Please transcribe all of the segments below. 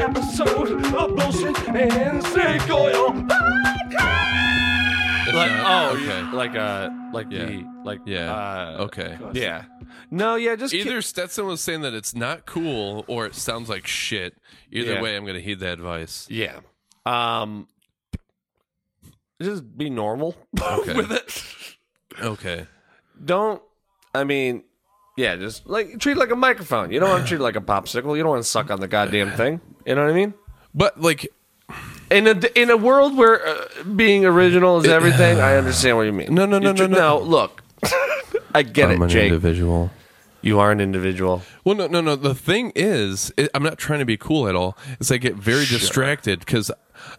episode of Bullshit and Snake Oil. That's Like, not- oh, okay. yeah, like uh, like Yeah. the like Yeah. uh, Okay. yeah. No, yeah, just keep- Either Stetson was saying that it's not cool or it sounds like shit. Either Yeah. way, I'm going to heed that advice. yeah. Um, just be normal Okay. with it. Okay. Don't. I mean, yeah, just like treat it like a microphone. You don't want to treat it like a popsicle. You don't want to suck on the goddamn thing. You know what I mean? But, like, In a in a world where uh, being original is everything, I understand what you mean. No, no, You no, no, no. Look, I get it, Jake. individual. you are an individual. Well, no, no, no. The thing is, it, I'm not trying to be cool at all. Is I get very distracted because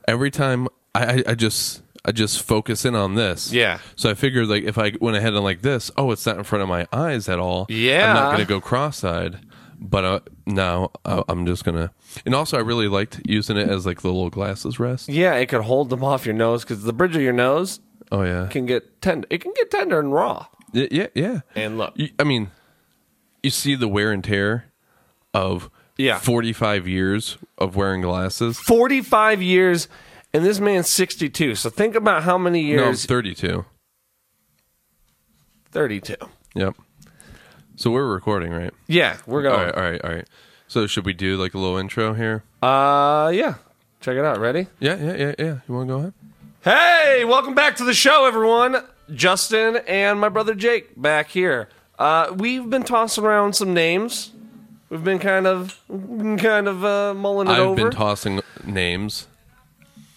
every time I, I, I just I just focus in on this. Yeah. So I figured like if I went ahead and like this, oh, it's not in front of my eyes at all. I'm Yeah. not gonna go cross-eyed. But uh, now I, I'm just gonna. And also, I really liked using it as like the little glasses rest. Yeah, it could hold them off your nose because the bridge of your nose Oh yeah. can get tender. It can get tender and raw. Y- yeah, yeah. And look. You- I mean, you see the wear and tear of Yeah. 45 years of wearing glasses. Forty-five years, and this man's sixty-two. So think about how many No, I'm years. 32. Thirty-two. Yep. So we're recording, right? Yeah, we're All going. right, all right, all right. So should we do like a little intro here? Uh, yeah. Check it out. Ready? Yeah, yeah, yeah, yeah. You want to go ahead? Hey, welcome back to the show, everyone. Justin and my brother Jake back here. Uh, we've been tossing around some names. We've been kind of, kind of uh, mulling it I've over. been tossing names.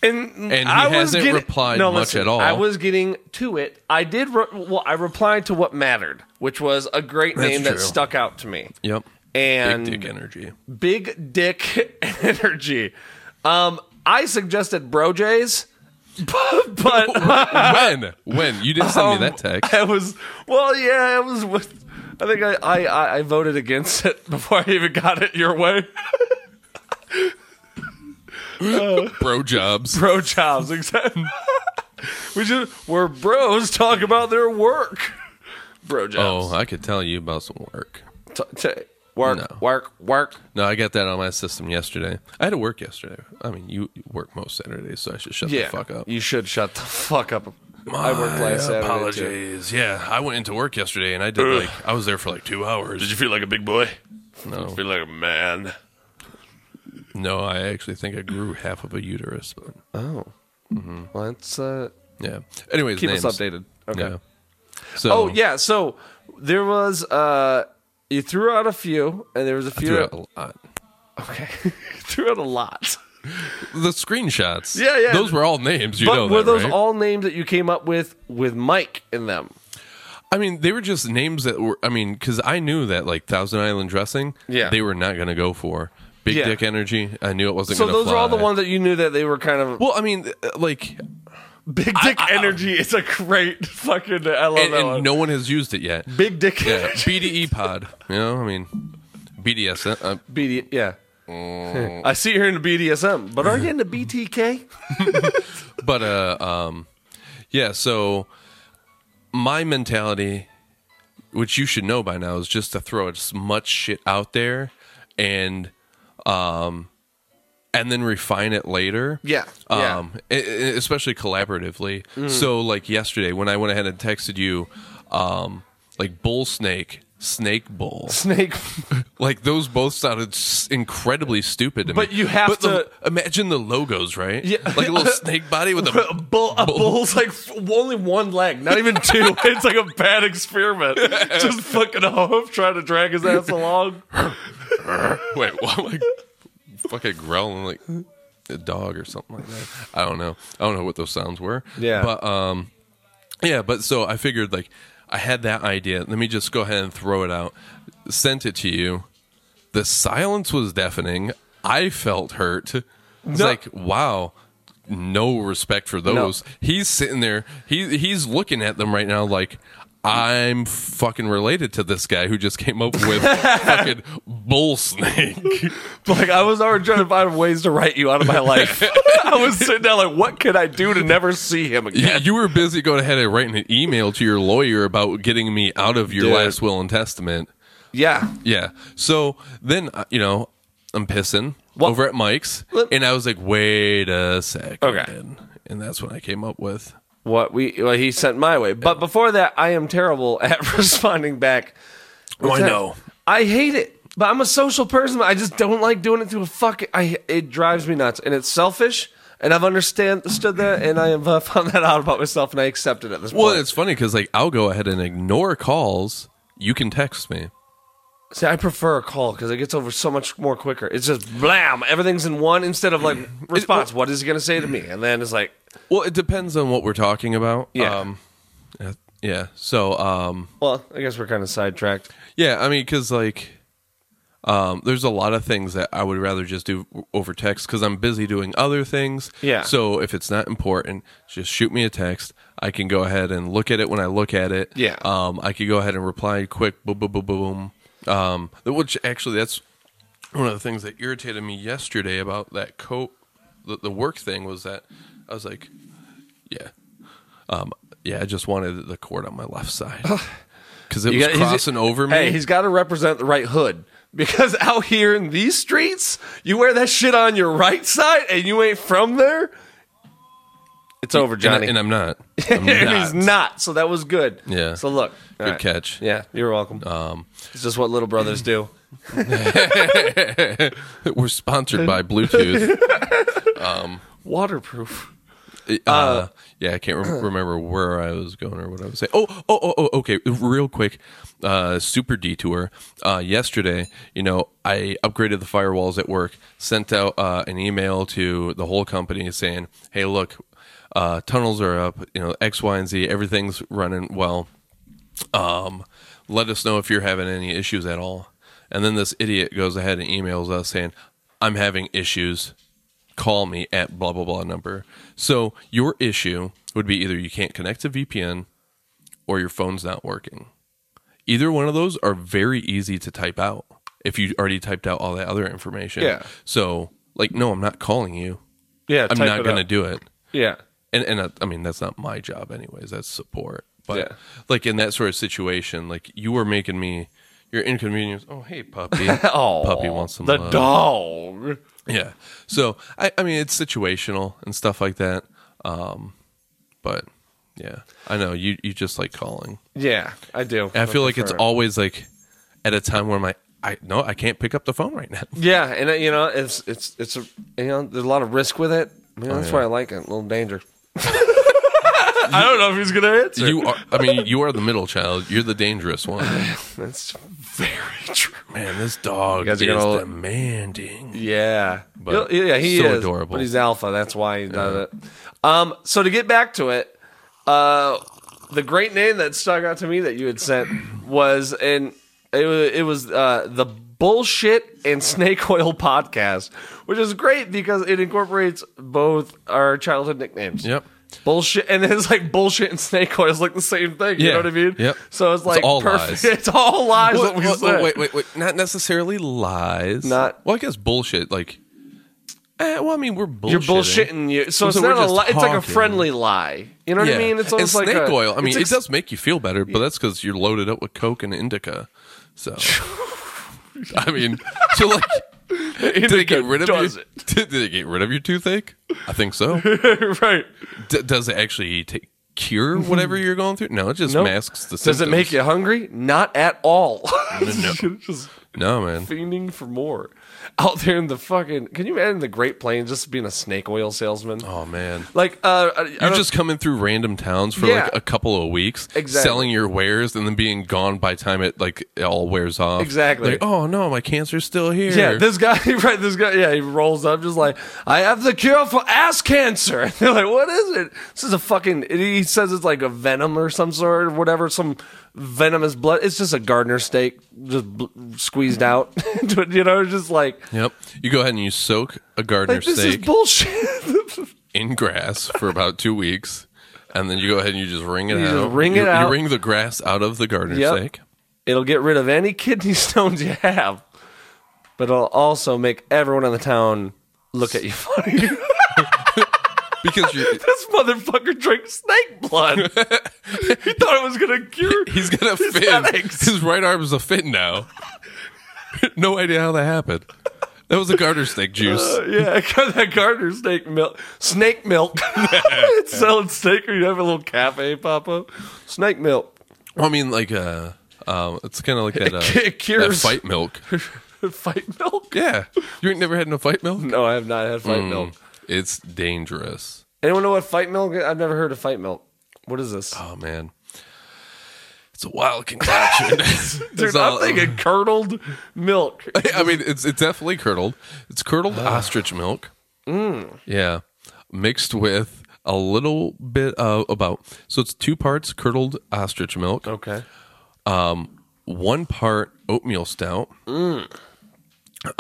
and, he I was hasn't getting- replied no, much listen, at all. I was getting to it. I did. Re- well, I replied to what mattered, which was a great That's name that true. stuck out to me. Yep. And Big dick energy. big dick energy. Um, I suggested Brojays, but, but when? When? You didn't send Um, me that text. I was well, yeah, it was. With, I think I, I I- I voted against it before I even got it your way. Bro jobs. Bro jobs, exactly. we just where bros talk about their work. Bro jobs. Oh, I could tell you about some work. T- t- work, Oh. No. work, work. No, I got that on my system yesterday. I had to work yesterday. I mean, you you work most Saturdays, so I should shut Yeah, the fuck up. you should shut the fuck up. I worked last Saturday. too. Apologies. Yeah, I went into work yesterday and I did like I was there for like two hours. Did you feel like a big boy? No. Feel like a man. No, I actually think I grew half of a uterus. But Oh. Well, that's uh, yeah. Anyways, keep Mm-hmm. names. us updated. Okay. Yeah. So, Oh yeah, so there was uh, you threw out a few, and there was a few. threw out a lot. Okay, threw out a lot. The screenshots. Yeah, yeah. Those were all names. You But know were that, those right? all names that you came up with with Mike in them? I mean, they were just names that were. I mean, because I knew that like Thousand Island dressing. Yeah. They were not going to go for big Yeah. dick energy. I knew it wasn't. So gonna those are all the fly. ones that you knew that they were kind of Well, I mean, uh, like, big dick energy. It's a great fucking. I love and, that and one. no one has used it yet. big dick Yeah, energy. BDE pod. You know, I mean, BDS. Uh, BD, yeah. Mm. I see you're into BDSM, but are you into BTK? but uh um yeah so my mentality which you should know by now is just to throw as much shit out there and um and then refine it later Yeah, yeah. Mm-hmm. um e- e- especially collaboratively so like yesterday when i went ahead and texted you um like bull snake snake bull Snake. like those both sounded s- incredibly stupid to me. But you have the- imagine the logos, right? Yeah. like a little snake body with A, a. bull, a bull's like f- only one leg, not even two. it's like a bad experiment. Just fucking off, trying to drag his ass along. Wait, what? Like fucking growling like a dog or something like that. I don't know. I don't know what those sounds were. Yeah. but um, yeah, but so I figured like I had that idea. Let me just go ahead and throw it out. Sent it to you. The silence was deafening. I felt hurt. It's No. like, wow, no respect for those. He's sitting there. He he's looking at them right now like I'm fucking related to this guy who just came up with fucking bull snake. Like I was already trying to find ways to write you out of my life. I was sitting down like, what could I do to never see him again? Yeah, you were busy going ahead and writing an email to your lawyer about getting me out of your Dude. last will and testament. Yeah, Yeah. So then, uh, you know, I'm pissing. over at Mike's, Let- and I was like, "Wait a second. Okay. and that's what I came up with. what we what he sent my way. But before that, I am terrible at responding back. Oh, I That- know. I hate it. But I'm a social person. I just don't like doing it to a fuck. I it drives me nuts, and it's selfish. And I've understand understood that, and I have uh, found that out about myself, and I accept it at this Well, point. it's funny because like I'll go ahead and ignore calls. You can text me. See, I prefer a call because it gets over so much more quicker. It's just blam, everything's in one instead of like response. What is he gonna say to me? And then it's like, Well, it depends on what we're talking about. Yeah. Um, yeah, yeah. So, um, well, I guess we're kind of sidetracked. yeah, I mean, because like, um, there's a lot of things that I would rather just do over text because I'm busy doing other things. Yeah. So if it's not important, just shoot me a text. I can go ahead and look at it when I look at it. Yeah. Um, I could go ahead and reply quick. Boom, boom, boom, boom, boom. Um, which actually, that's one of the things that irritated me yesterday about that coat, the, the work thing was that I was like, yeah, um, yeah, I just wanted the cord on my left side because it You was got- he's- crossing over me. Hey, he's got to represent the right hood because out here in these streets, you wear that shit on your right side and you ain't from there. It's over, and, I, Johnny. and I'm not. I'm And not. he's not, so that was good. Yeah. So look, Good alright. catch. Yeah, you're welcome. Um, it's just what little brothers do. We're sponsored by Bluetooth. Waterproof. Uh, yeah, I can't rem- remember where I was going or what I was saying. Oh, oh, oh, oh okay. Real quick, uh, super detour. Uh, yesterday, you know, I upgraded the firewalls at work. Sent out uh, an email to the whole company saying, "Hey, look, uh, tunnels are up. You know, X, Y, and Z. Everything's running well. Um, let us know if you're having any issues at all." And then this idiot goes ahead and emails us saying, "I'm having issues." call me at blah blah blah number. So your issue would be either you can't connect to VPN or your phone's not working. Either one of those are very easy to type out if you already typed out all that other information. Yeah. So like no, I'm not calling you. Yeah, I'm type not it going to up. do it. Yeah. And and I, I mean that's not my job anyways. That's support. But Yeah. like in that sort of situation, like you were making me your inconvenience. Oh hey puppy. Oh, puppy wants some the love. dog. Yeah. So I, I mean it's situational and stuff like that. Um but yeah. I know you you just like calling. Yeah, I do. And I feel like it's prefer it. always like at a time where my I no, I can't pick up the phone right now. Yeah, and uh, you know, it's it's it's a you know, there's a lot of risk with it. You know, that's Oh, yeah. why I like it. A little danger. I don't know if he's gonna answer. You are I mean, you are the middle child. You're the dangerous one. That's very true. Man, this dog guys is are gonna all- demanding. Yeah, But He'll- yeah, he so is adorable. But he's alpha. That's why he does it. Um, so to get back to it, uh, the great name that stuck out to me that you had sent was and it was, it was uh, the bullshit and snake oil podcast, which is great because it incorporates both our childhood nicknames. Yep. Bullshit, and then it's like bullshit and snake oil is like the same thing. You Yeah. know what I mean? Yep. So it's like all perfect. lies. It's all lies. Well, what we well, said. wait, wait, wait. Not necessarily lies. Not- well. I guess bullshit. Like, eh, well, I mean, we're bullshitting. You're bullshitting you. So, So it's we're not a just lie. It's like a talking. friendly lie. You know what I mean? It's and almost snake like a- oil. I mean, it's ex- it does make you feel better, but that's because you're loaded up with coke and indica. So, I mean, so like, did they get rid of does your, Did they get rid of your toothache? I think so. right. D- does it actually take, cure whatever you're going through? No, it just Nope. masks the. Does it make you hungry? Not at all. No. just No, man. fiending for more out there in the fucking. Can you imagine the Great Plains just being a snake oil salesman? Oh man. Like, uh, I- I You're don't- just coming through random towns for Yeah. like a couple of weeks, Exactly. selling your wares, and then being gone by the time it like it all wears off. Exactly. Like, oh no, my cancer's still here. Yeah, this guy, right? This guy, yeah, he rolls up just like, I have the cure for ass cancer. And they're like, what is it? This is a fucking. and He says it's like a venom or some sort, or whatever, some venomous blood. It's just a gardener steak, just bl- squeezed out. you know, it's just like, yep. You go ahead and you soak a gardener like this is steak bullshit. in grass for about two weeks, and then you go ahead and you just wring it You just out. wring you, it out. You wring the grass out of the gardener Yep. steak. It'll get rid of any kidney stones you have, but it'll also make everyone in the town look at you funny. Because you're, this motherfucker drinks snake blood. he thought it was gonna cure. he's gonna His fit. headaches. His right arm is a fit now. no idea how that happened. That was a garter snake juice. Uh, yeah, I got that garter snake milk. Snake milk. it's selling steak or you have a little cafe pop up. Snake milk. Well, I mean, like, uh, um, it's kind of like that, uh, It that cures- fight milk. fight milk? Yeah. Hmm. You ain't never had no fight milk? No, I have not had fight milk. It's dangerous. Anyone know what fight milk? I've never heard of fight milk. What is this? Oh, man. It's a wild concoction. Dude, It's I'm all- um, thinking curdled milk. I mean, it's it's definitely curdled. It's curdled ostrich milk. Mm. Yeah, mixed with a little bit of about so it's two parts curdled ostrich milk, Okay. one part oatmeal stout. Mm.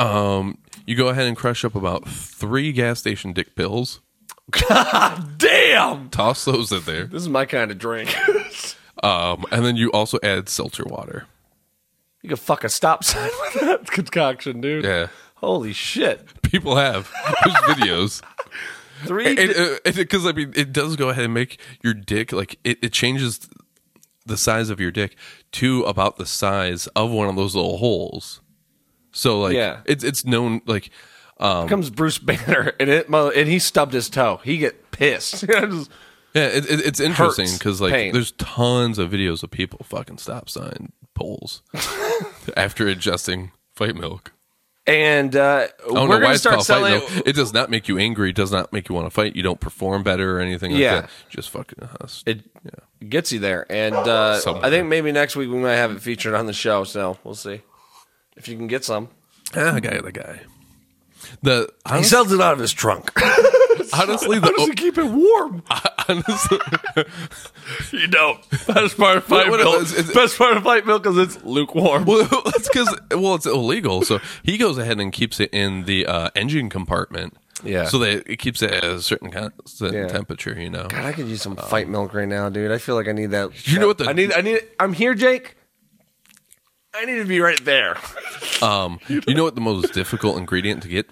Um, you go ahead and crush up about three gas station dick pills. Damn! Toss those in there, This is my kind of drink. um, and then you also add seltzer water. you can fuck a stop sign with that concoction, dude. Yeah, Holy shit. people have there's videos. Three. because I mean, it does go ahead and make your dick like it, it changes the size of your dick to about the size of one of those little holes. So like, Yeah. it's it's known like comes Bruce Banner, and it mo- and he stubbed his toe. He get pissed. Just- yeah, it, it- it's interesting Hurts. because like Pain. there's tons of videos of people fucking stop sign poles after adjusting fight milk. and uh, I we're don't know why gonna it's start called selling. fight milk. It does not make you angry. It does not make you want to fight. You don't perform better or anything like Yeah. that. Just fucking. Uh, It gets you there, and uh, Somewhere. I think maybe next week we might have it featured on the show. So we'll see if you can get some. ah, guy, the guy. The honestly, sells it out of his trunk. Honestly, the How does he keep it warm? honestly, You don't. Best part of fight What- what it milk. is, is- Best part of fight milk is it's lukewarm. well, it's because well, it's illegal. So he goes ahead and keeps it in the uh, engine compartment. Yeah. So that it keeps it at a certain kind certain Yeah. temperature. You know. God, I could use some fight milk right now, dude. I feel like I need that. Um, You know what the- I need? I need. I'm here, Jake. I need to be right there. Um, you know what the most difficult ingredient to get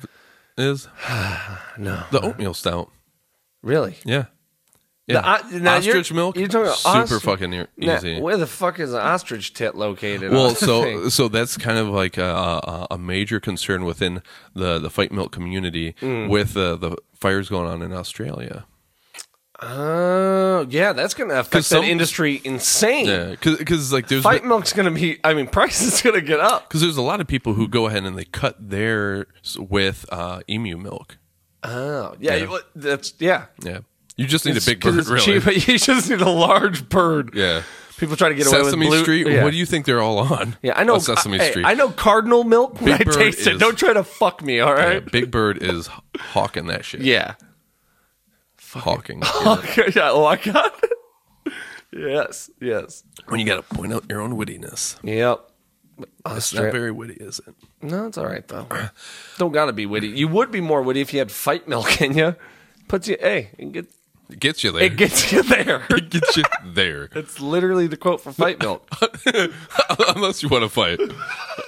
is No, the oatmeal stout. really. Yeah. Yeah. o- now you're- ostrich milk. you're talking about super ostr- fucking e- Now, easy. where the fuck is an ostrich tit located? well, on the so thing? so that's kind of like a, a, a major concern within the the fight milk community Mm. with uh, the fires going on in Australia. oh yeah, that's gonna affect 'Cause some- that industry insane. Yeah, because like there's Fight milk's gonna be. I mean, price is gonna get up. because there's a lot of people who go ahead and they cut theirs with uh, emu milk. Oh yeah, Yeah. you- that's yeah. Yeah, you just need It's- a big 'cause bird, it's really. cheap. You just need a large bird. Yeah, People try to get away Sesame with blue. Street. yeah. What do you think they're all on? Yeah, I know. Oh, Sesame I, hey, Street. I know cardinal milk. When I Big Bird taste it. is- Don't try to fuck me. All Yeah, right. big Bird is h- hawking that shit. Yeah. hawking. Okay. Yeah. Oh, I got it. Yes. Yes. when you got to point out your own wittiness. Yep. It's Austra- not very witty, is it? No, it's all right though. Don't gotta be witty. You would be more witty if you had fight milk in you. Puts you, hey, it, get, It gets you there. it gets you there. It gets you there. That's literally the quote for fight milk. unless you want to fight.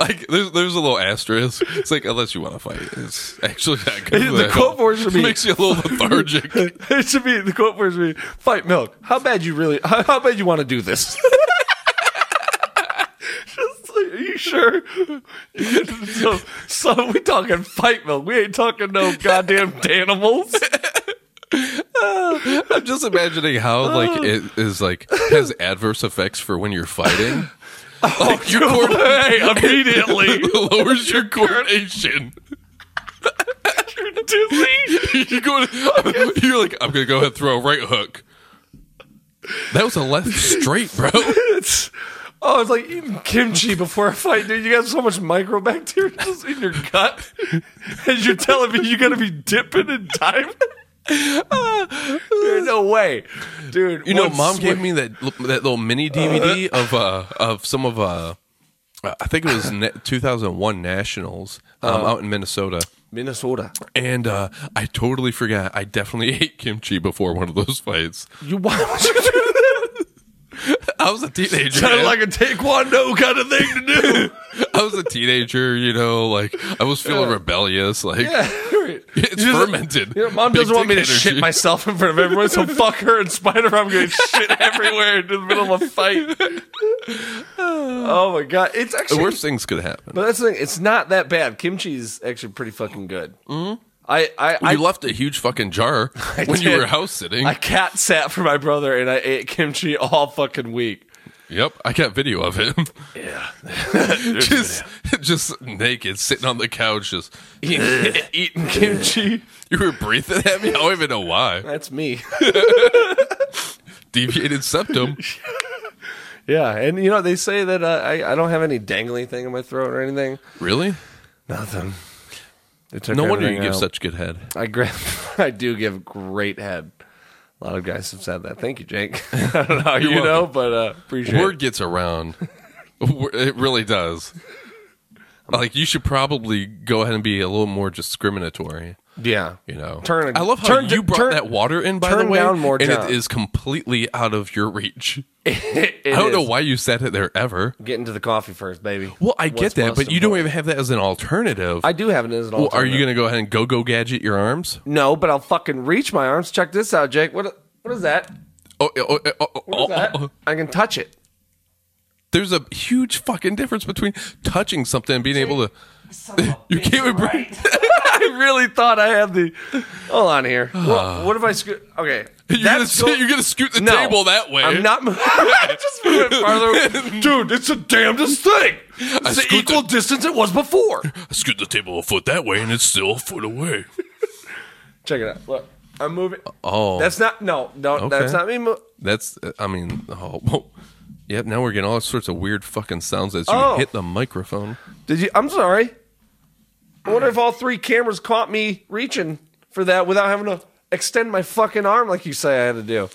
Like there's there's a little asterisk. It's like unless you want to fight. It's actually not good. The for health. quote for it should be- makes you a little lethargic. it should be the quote for it should be fight milk. How bad you really? How, how bad you want to do this? Just like, are you sure? so, so we talking fight milk. We ain't talking no goddamn animals. I'm just imagining how Oh. like it is like has adverse effects for when you're fighting. Oh, Like, your coord- Hey, immediately. lowers your coordination. You're dizzy. you go to, you're like I'm gonna go ahead and throw a right hook. That was a left straight, bro. It's oh, it's like eating kimchi before a fight, dude. You got so much microbacteria in your gut, and you're telling me you gotta be dipping and diving. There's no way, dude. You know, mom gave me that l- that little mini DVD of uh of some of uh I think it was na 2001 Nationals um, out in Minnesota, Minnesota. and uh, I totally forgot. I definitely ate kimchi before one of those fights. You why would you do that? I was a teenager. Kinda man. like a taekwondo kind of thing to do. I was a teenager, you know, like I was feeling rebellious. Like yeah, right. It's You're the- fermented. Your mom Big doesn't want me dick to energy. shit myself in front of everyone, so fuck her and Spider Man. I'm going to shit everywhere in the middle of a fight. oh my god, it's The actually. worst things could happen. but that's the thing. It's not that bad. Kimchi's actually pretty fucking good. Mm-hmm. I I I, you left a huge fucking jar when you did. were house sitting. I cat sat for my brother, and I ate kimchi all fucking week. yep, I got video of it. Yeah, just, just naked, sitting on the couch. Just eating kimchi. you were breathing at me. I don't even know why. That's me. Deviated septum. Yeah, and you know they say that uh, I I don't have any dangly thing in my throat or anything. Really? Nothing. They took No wonder you everything give out. such good head. I gra- I do give great head. A lot of guys have said that. Thank you, Jake. I don't know, how you You're know, but uh, appreciate Word it. gets around. it really does. Like you should probably go ahead and be a little more discriminatory. Yeah, You know, Turn it- I love how turn- you brought turn- that water in. By the turn way, down more and John. it is completely out of your reach. It- it I don't know is. why you sat it there ever. Get into the coffee first, baby. Well, I What's get that, most but you don't important. even have that as an alternative. I do have it as an well, alternative. are you going to go ahead and go go gadget your arms? No, but I'll fucking reach my arms. Check this out, Jake. What? What is that? Oh, oh, oh, oh, What is oh, that? oh. I can touch it. There's a huge fucking difference between touching something and being able to. You can't even bring. I really thought I had the. Hold on here. What, what if I scoot? Okay, You're gonna, go- you're gonna scoot the No. table that way. I'm not. mo- I just moving farther. away. Dude, it's the damnedest thing. It's the scoot equal distance it was before. Scoot the table a foot that way, and it's still a foot away. Check it out. Look, I'm moving. Oh, that's That's not. No, no, that's not me. Mo- that's. I mean, oh, whoa. yep. Now we're getting all sorts of weird fucking sounds as you Oh. hit the microphone. Did you? I'm sorry. I wonder if all three cameras caught me reaching for that without having to extend my fucking arm like you say I had to do.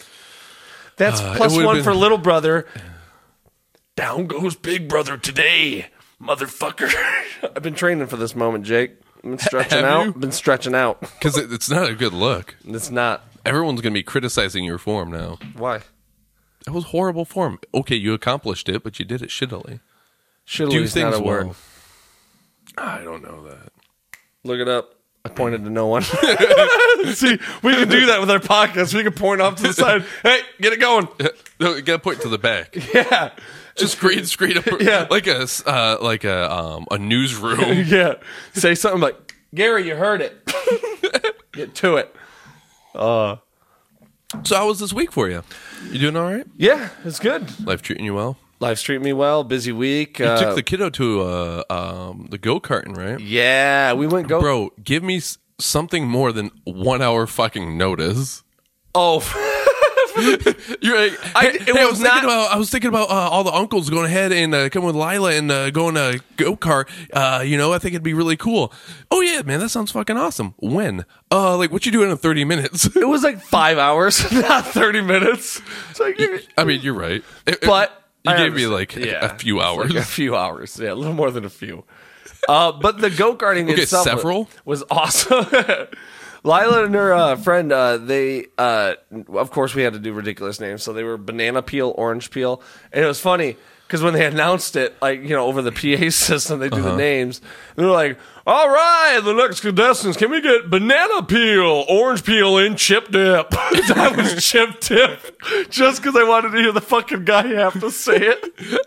That's Uh, it plus would've one been- for little brother. Down goes big brother today, motherfucker. I've been training for this moment, Jake. I've been stretching Have out. you? I've been stretching out. Because it, it's not a good look. It's not. Everyone's gonna be criticizing your form now. Why? That was horrible form. Okay, you accomplished it, but you did it shittily. Shittily Do is things not a well. word. I don't know that. Look it up. I pointed to no one. See, we can do that with our podcast. We can point off to the side. Hey, get it going. No, you gotta point to the back. Yeah. Just green screen, up, Yeah. like a s- uh, like a um, a newsroom. Yeah. Say something like, Gary, you heard it. Get to it. so how was this week for you? You doing all right? Yeah, it's good. Life treating you well? Life's treating me well. Busy week. You uh, took the kiddo to uh, um, the go karting, right? yeah, we went go. Bro, give me s- something more than one hour fucking notice. Oh, You're like, I- I, it hey, I was was not- thinking about I was thinking about uh, all the uncles going ahead and uh, coming with Lila and uh, going to go kart. Uh, you know, I think it'd be really cool. Oh yeah, man, that sounds fucking awesome. When? Uh, like what you doing in thirty minutes? it was like five hours, not 30 minutes. It's like, I mean, you're right, It- it- But you I gave me understand. like a- Yeah. a few Like hours. a few hours. Yeah, a little more than a few. Uh, but the go karting itself wa- several? was awesome. Lila and her uh, friend, uh, they, uh, of course, we had to do ridiculous names. So they were banana peel, orange peel. And it was funny because when they announced it, like, you know, over the PA system, they do Uh-huh. the names. And they're like, all right, the next contestants, can we get banana peel, orange peel, and chip dip? that was chip dip just because I wanted to hear the fucking guy have to say it.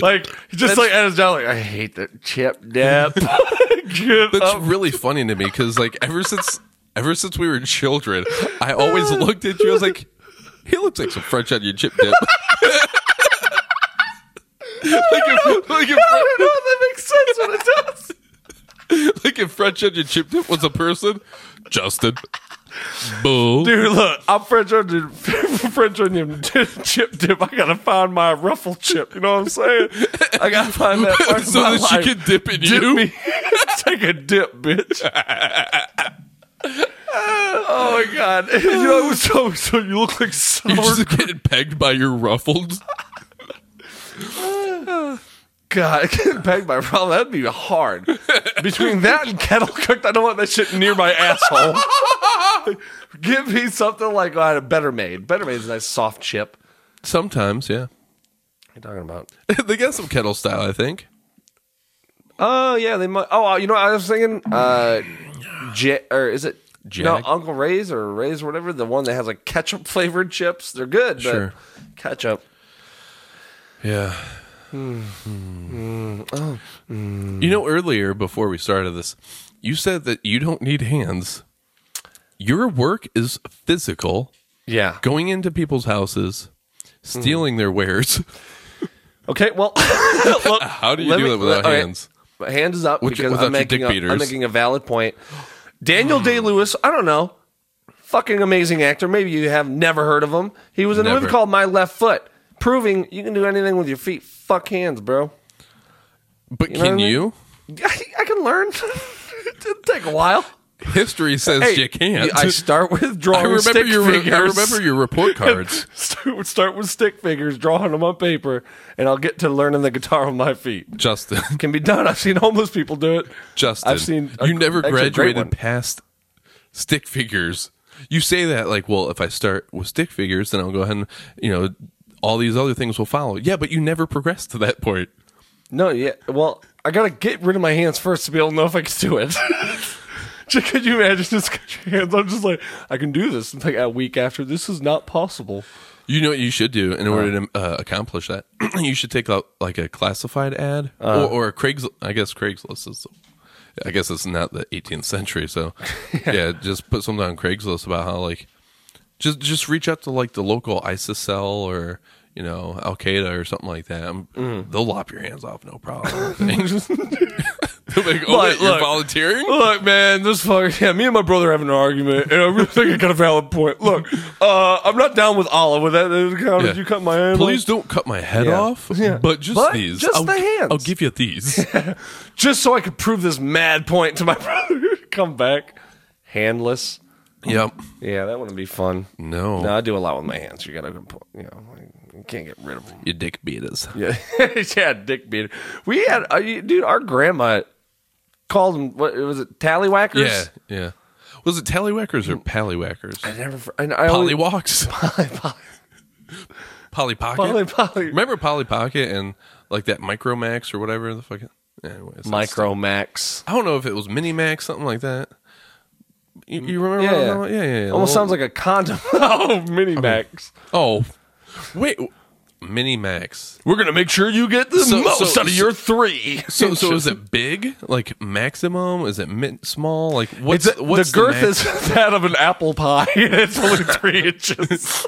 Like, he just like at his job, like, I hate that chip dip. Oh, Get That's up. really funny to me because like ever since ever since we were children, I always Uh. looked at you. I was like, he looks like some French onion chip dip. like, if, like, I if, don't know if that makes sense when it does. like if French onion chip dip was a person, Justin. Boo. Dude, look, I'm French onion, French onion chip dip. I gotta find my ruffle chip. You know what I'm saying? I gotta find that part of so my that she life. can dip in dip you. me. Take a dip, bitch. oh my god! You know, it was so so you look like sour. You're just getting pegged by your ruffled. God, getting pegged by Rob, that'd be hard. Between that and kettle cooked, I don't want that shit near my asshole. Give me something like oh, I had a better made. Better made is a nice soft chip. Sometimes, yeah. What are you talking about? they got some kettle style, I think. Oh yeah, they might. Oh, you know, I was thinking uh, J or is it no Jag? Uncle Ray's or Ray's or whatever the one that has like ketchup flavored chips? They're good. But Sure. Ketchup. Yeah. Mm-hmm. You know, earlier before we started this, you said that you don't need hands. Your work is physical, Yeah. going into people's houses, stealing their wares. Okay. Well, look, How do you let do me- that without all right. hands? My hand is up With your- because without your I'm making, a, dick beaters. I'm making a valid point. Daniel Day Lewis, I don't know, fucking amazing actor. Maybe you have never heard of him. He was in a movie Never. called My Left Foot, proving you can do anything with your feet. Fuck hands, bro. But know what I can mean? you? I, I can learn. It'll take a while. History says Hey, you can't. I start with drawing I remember stick your figures. I remember your report cards. start, start with stick figures, drawing them on paper, and I'll get to learning the guitar with my feet. Justin, Can be done. I've seen homeless people do it. Justin, I've seen a- you never actually a great one. graduated past stick figures. You say that like, well, if I start with stick figures, then I'll go ahead and you know all these other things will follow. Yeah, but you never progressed to that point. No, yeah. Well, I gotta get rid of my hands first to be able to know if I can do it. Just- Could you imagine just got your hands? I'm just like, I can do this. And like a week after, this is not possible. You know what you should do in order to uh, accomplish that? you should take out like a classified ad Uh. or, or a Craigslist. I guess Craigslist is. I guess it's not the 18th century, so yeah. just put something on Craigslist about how like just just reach out to like the local ISIS cell or you know Al Qaeda or something like that. Um Mm. They'll lop your hands off, no problem. And just- They'll be like, oh, But, wait, you're look. volunteering. Look, man, this fucker. Yeah, me and my brother having an argument, and I really think I got a valid point. Look, uh, I'm not down with olive. With that, that count Yeah. as you cut my hand. Please don't cut my head Yeah. off, Yeah. but just But these. just I'll, the hands. I'll give you these. just so I could prove this mad point to my brother. Come back, handless. yep. Yeah, that wouldn't be fun. No. No, I do a lot with my hands. You got to, you know, like, you can't get rid of them. Your dick beaters. Yeah, yeah, dick beater. We had, uh, you- dude, our grandma called them. What was it, tallywhackers? Yeah, yeah. Was it tallywhackers or pallywhackers? I never. fr- And I Polly only, walks. Polly pocket. Polly Pocket. Remember Polly pocket and like that Micromax or whatever the fuck. it- Anyway, it's- Micro Max. I don't know if it was Minimax, something like that. You, you remember? Yeah, what yeah. I'm talking about? yeah, yeah. yeah. Almost sounds like a condom. oh, Mini Max. Oh, wait, Minimax. We're gonna make sure you get the So- most so- out of your three. So, so is it big? Like maximum? Is it min- small? Like what's It's a- what's the girth max- is that of an apple pie. it's only three inches.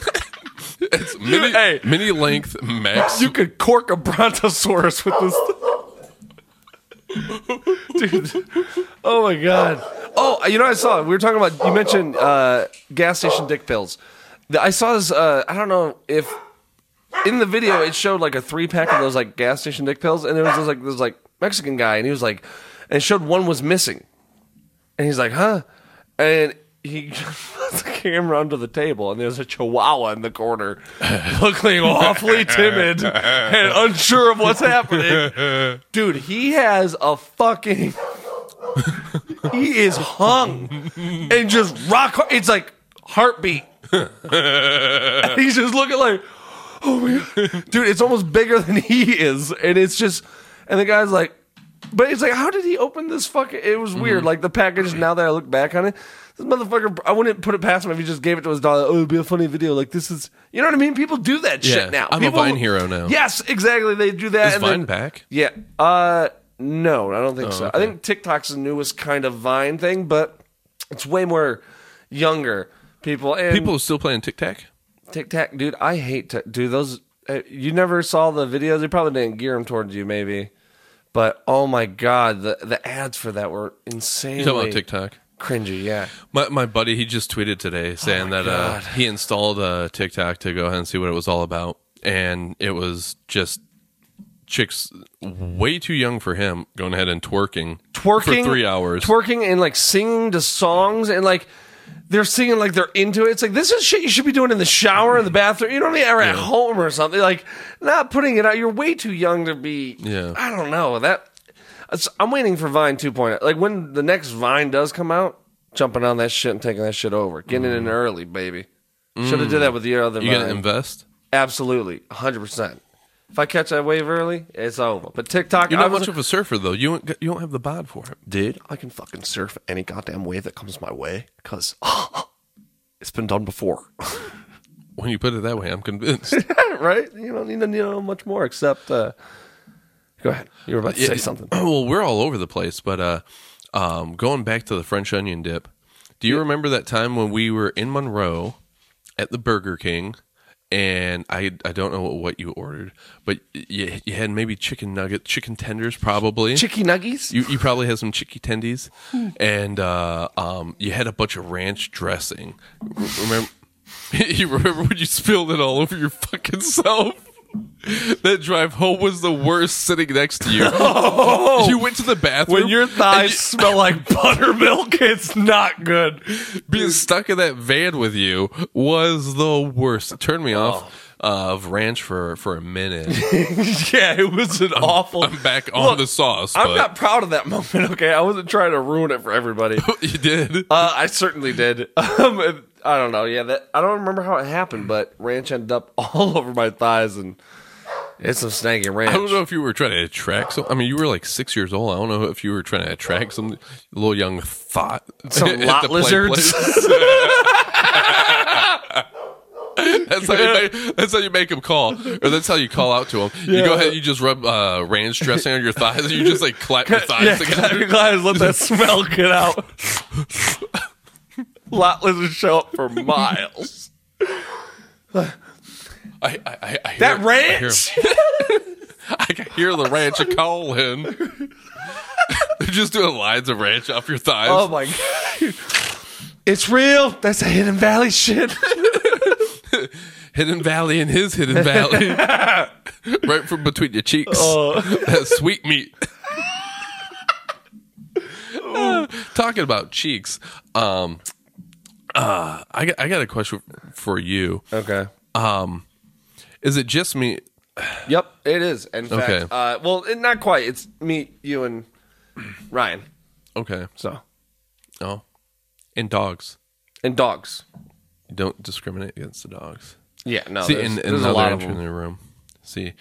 it's mini, hey. mini length max. You could cork a brontosaurus with this. Dude. Oh my god. Oh, you know I saw we were talking about you mentioned uh, gas station dick pills. The- I saw this uh, I don't know if in the video it showed like a three pack of those like gas station dick pills and there was this like this like Mexican guy and he was like and it showed one was missing. And he's like, huh? And he puts the camera under the table, and there's a chihuahua in the corner, looking awfully timid and unsure of what's happening. Dude, he has a fucking. He is hung and just rock. hard. It's like heartbeat. And he's just looking like, oh my god, dude, it's almost bigger than he is, and it's just, and the guy's like, but it's like, how did he open this fucking? It was weird. Mm-hmm. Like the package. Now that I look back on it, this motherfucker. I wouldn't put it past him if he just gave it to his dog. Oh, it'd be a funny video. Like this is, you know what I mean? People do that Yeah, shit now. I'm a People- Vine hero now. Yes, exactly. They do that. Is and Vine then, back? Yeah. Uh, no, I don't Oh, think so. I think TikTok's the newest kind of Vine thing, but it's way more younger people. And People are still playing Tic Tac. Tic Tac, dude. I hate to do those. uh, You never saw the videos. They probably didn't gear them towards you, maybe. But oh my god, the the ads for that were insanely Talking about TikTok. cringy. Yeah, My, my buddy, he just tweeted today saying that uh, he installed uh, TikTok to go ahead and see what it was all about. And it was just chicks way too young for him going ahead and twerking. twerking For three hours. twerking and like singing to songs and like they're singing like they're into it. It's like this is shit you should be doing in the shower, in the bathroom. You know what I mean? Or at home or something. Like not putting it out. You're way too young to be. Yeah. I don't know that. it's- I'm waiting for Vine 2.0. Like when the next Vine does come out, jumping on that shit and taking that shit over, getting in early, baby. Should have did that with the other Mm. you Vine. going to invest? Absolutely, 100. percent If I catch that wave early, it's over. But TikTok, You're I not was- much of a surfer though. You don't, you don't have the bod for it. dude, I can fucking surf any goddamn wave that comes my way because it's been done before, When you put it that way, I'm convinced. right? You don't need to know much more except. Uh, go ahead. You were about to say something. well, we're all over the place, but uh, um, going back to the French onion dip, do you remember that time when we were in Monroe at the Burger King, and I I don't know what, what you ordered, but you, you had maybe chicken nugget, chicken tenders, probably. Chicky nuggies. you, you probably had some chicky tendies, Hmm. and uh, um, you had a bunch of ranch dressing. R- Remember, you remember when you spilled it all over your fucking self? That drive home was the worst. Sitting next to you, you went to the bathroom. Oh, when your and thighs smell like buttermilk, it's not good. being stuck in that van with you was the worst. It turned me off Oh. of ranch for for a minute. yeah, it was an awful. I'm back on Look, the sauce. I'm but not proud of that moment. Okay, I wasn't trying to ruin it for everybody. You did. Uh, I certainly did. Um, it- I don't know. Yeah, that I don't remember how it happened, but ranch ended up all over my thighs, and it's some snaky ranch. I don't know if you were trying to attract some. I mean, you were like six years old. I don't know if you were trying to attract some little young thought. at Some the lot play lizards. place. That's how, you make, that's how you make them call, or that's how you call out to them. You go ahead, you just rub uh, ranch dressing on your thighs, and you just like clap your thighs yeah, together. clap your thighs, let that smell get out. Lot lizards show up for miles. I, I, I, I hear, That I hear, ranch. I can hear the ranch a calling. They're just doing lines of ranch off your thighs. Oh my god. It's real. That's a Hidden Valley shit. Hidden Valley and his Hidden Valley. right from between your cheeks. Oh. That sweet meat. Uh, talking about cheeks, um, uh, I, got, I got a question for you. Okay. Is it just me? Yep, it is. In fact, Okay. uh, well, it, not quite. It's me, you, and Ryan. Okay. So, Oh. And dogs. and dogs. You don't discriminate against the dogs. Yeah, no. See, there's, and, and there's now a they're lot of entering them. the room. See,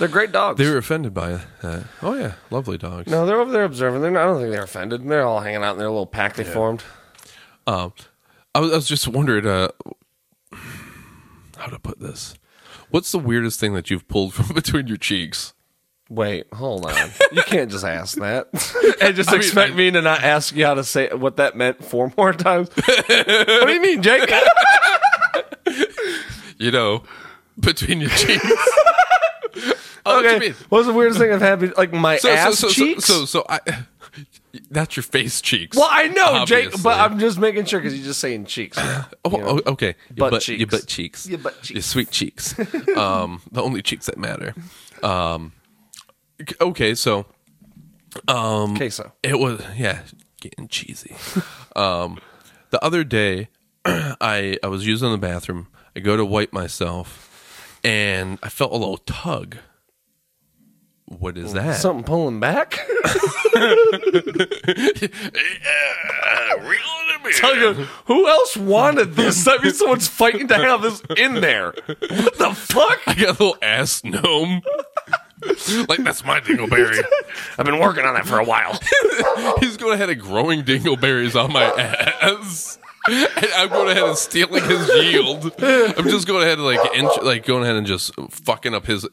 They're great dogs. they were offended by that. Oh yeah, lovely dogs. no, they're over there observing. They're not, I don't think they're offended. They're all hanging out in their little pack they formed. Um, I was, I was just wondering uh, how to put this. What's the weirdest thing that you've pulled from between your cheeks? Wait, hold on. you can't just ask that and just I mean, expect I- me to not ask you how to say what that meant four more times. what do you mean, Jake? You know, between your cheeks. oh, what do you okay, mean? what's the weirdest thing I've had? be- Like my So, ass so, so, cheeks. So, so, so I. That's your face cheeks. well, I know, Jake, obviously. but I'm just making sure because you're just saying cheeks. now. Oh, oh, okay. Your Butt Your cheeks. butt cheeks. Your butt Your sweet cheeks. um, the only cheeks that matter. Um, okay, so Okay, so It was yeah, getting cheesy. um, the other day, I I was using the bathroom. I go to wipe myself, and I felt a little tug. What is that? something pulling back. Tell you, who else wanted this? I mean, someone's fighting to have this in there. What the fuck? I got a little ass gnome. like that's my dingleberry. I've been working on that for a while. He's going ahead and growing dingleberries on my ass. And I'm going ahead and stealing his yield. I'm just going ahead and like inch, like going ahead and just fucking up his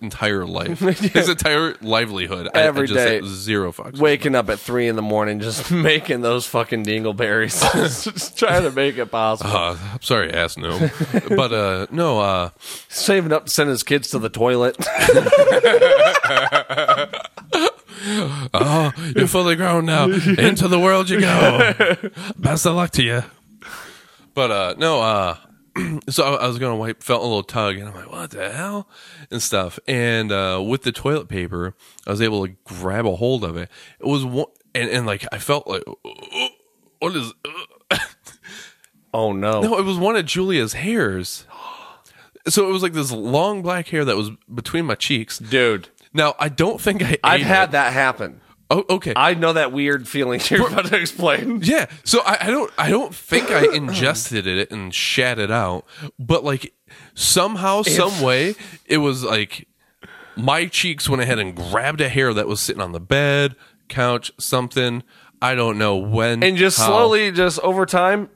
entire life, his entire livelihood. I- I, Every just day. had zero fucks. Waking up at three in the morning, just making those fucking dingleberries, just trying to make it possible. Uh, I'm sorry, ass gnome, but uh, no, uh, Saving up to send his kids to the toilet. you're fully grown now. Into the world you go. Best of luck to you. But uh, no, uh, so I, I was gonna wipe, felt a little tug, and I'm like, what the hell, and stuff. And uh, with the toilet paper, I was able to grab a hold of it. It was one, and, and like I felt like, "Oh, what is? Oh no! No, it was one of Julia's hairs. So it was like this long black hair that was between my cheeks. dude, Now I don't think I. I've ate had it. that happen. Oh, okay. I know that weird feeling you're about to explain. Yeah, so I, I don't I don't think I ingested it and shat it out, but like somehow, some way, it was like My cheeks went ahead and grabbed a hair that was sitting on the bed, couch, something. I don't know when. and just how. slowly, just over time,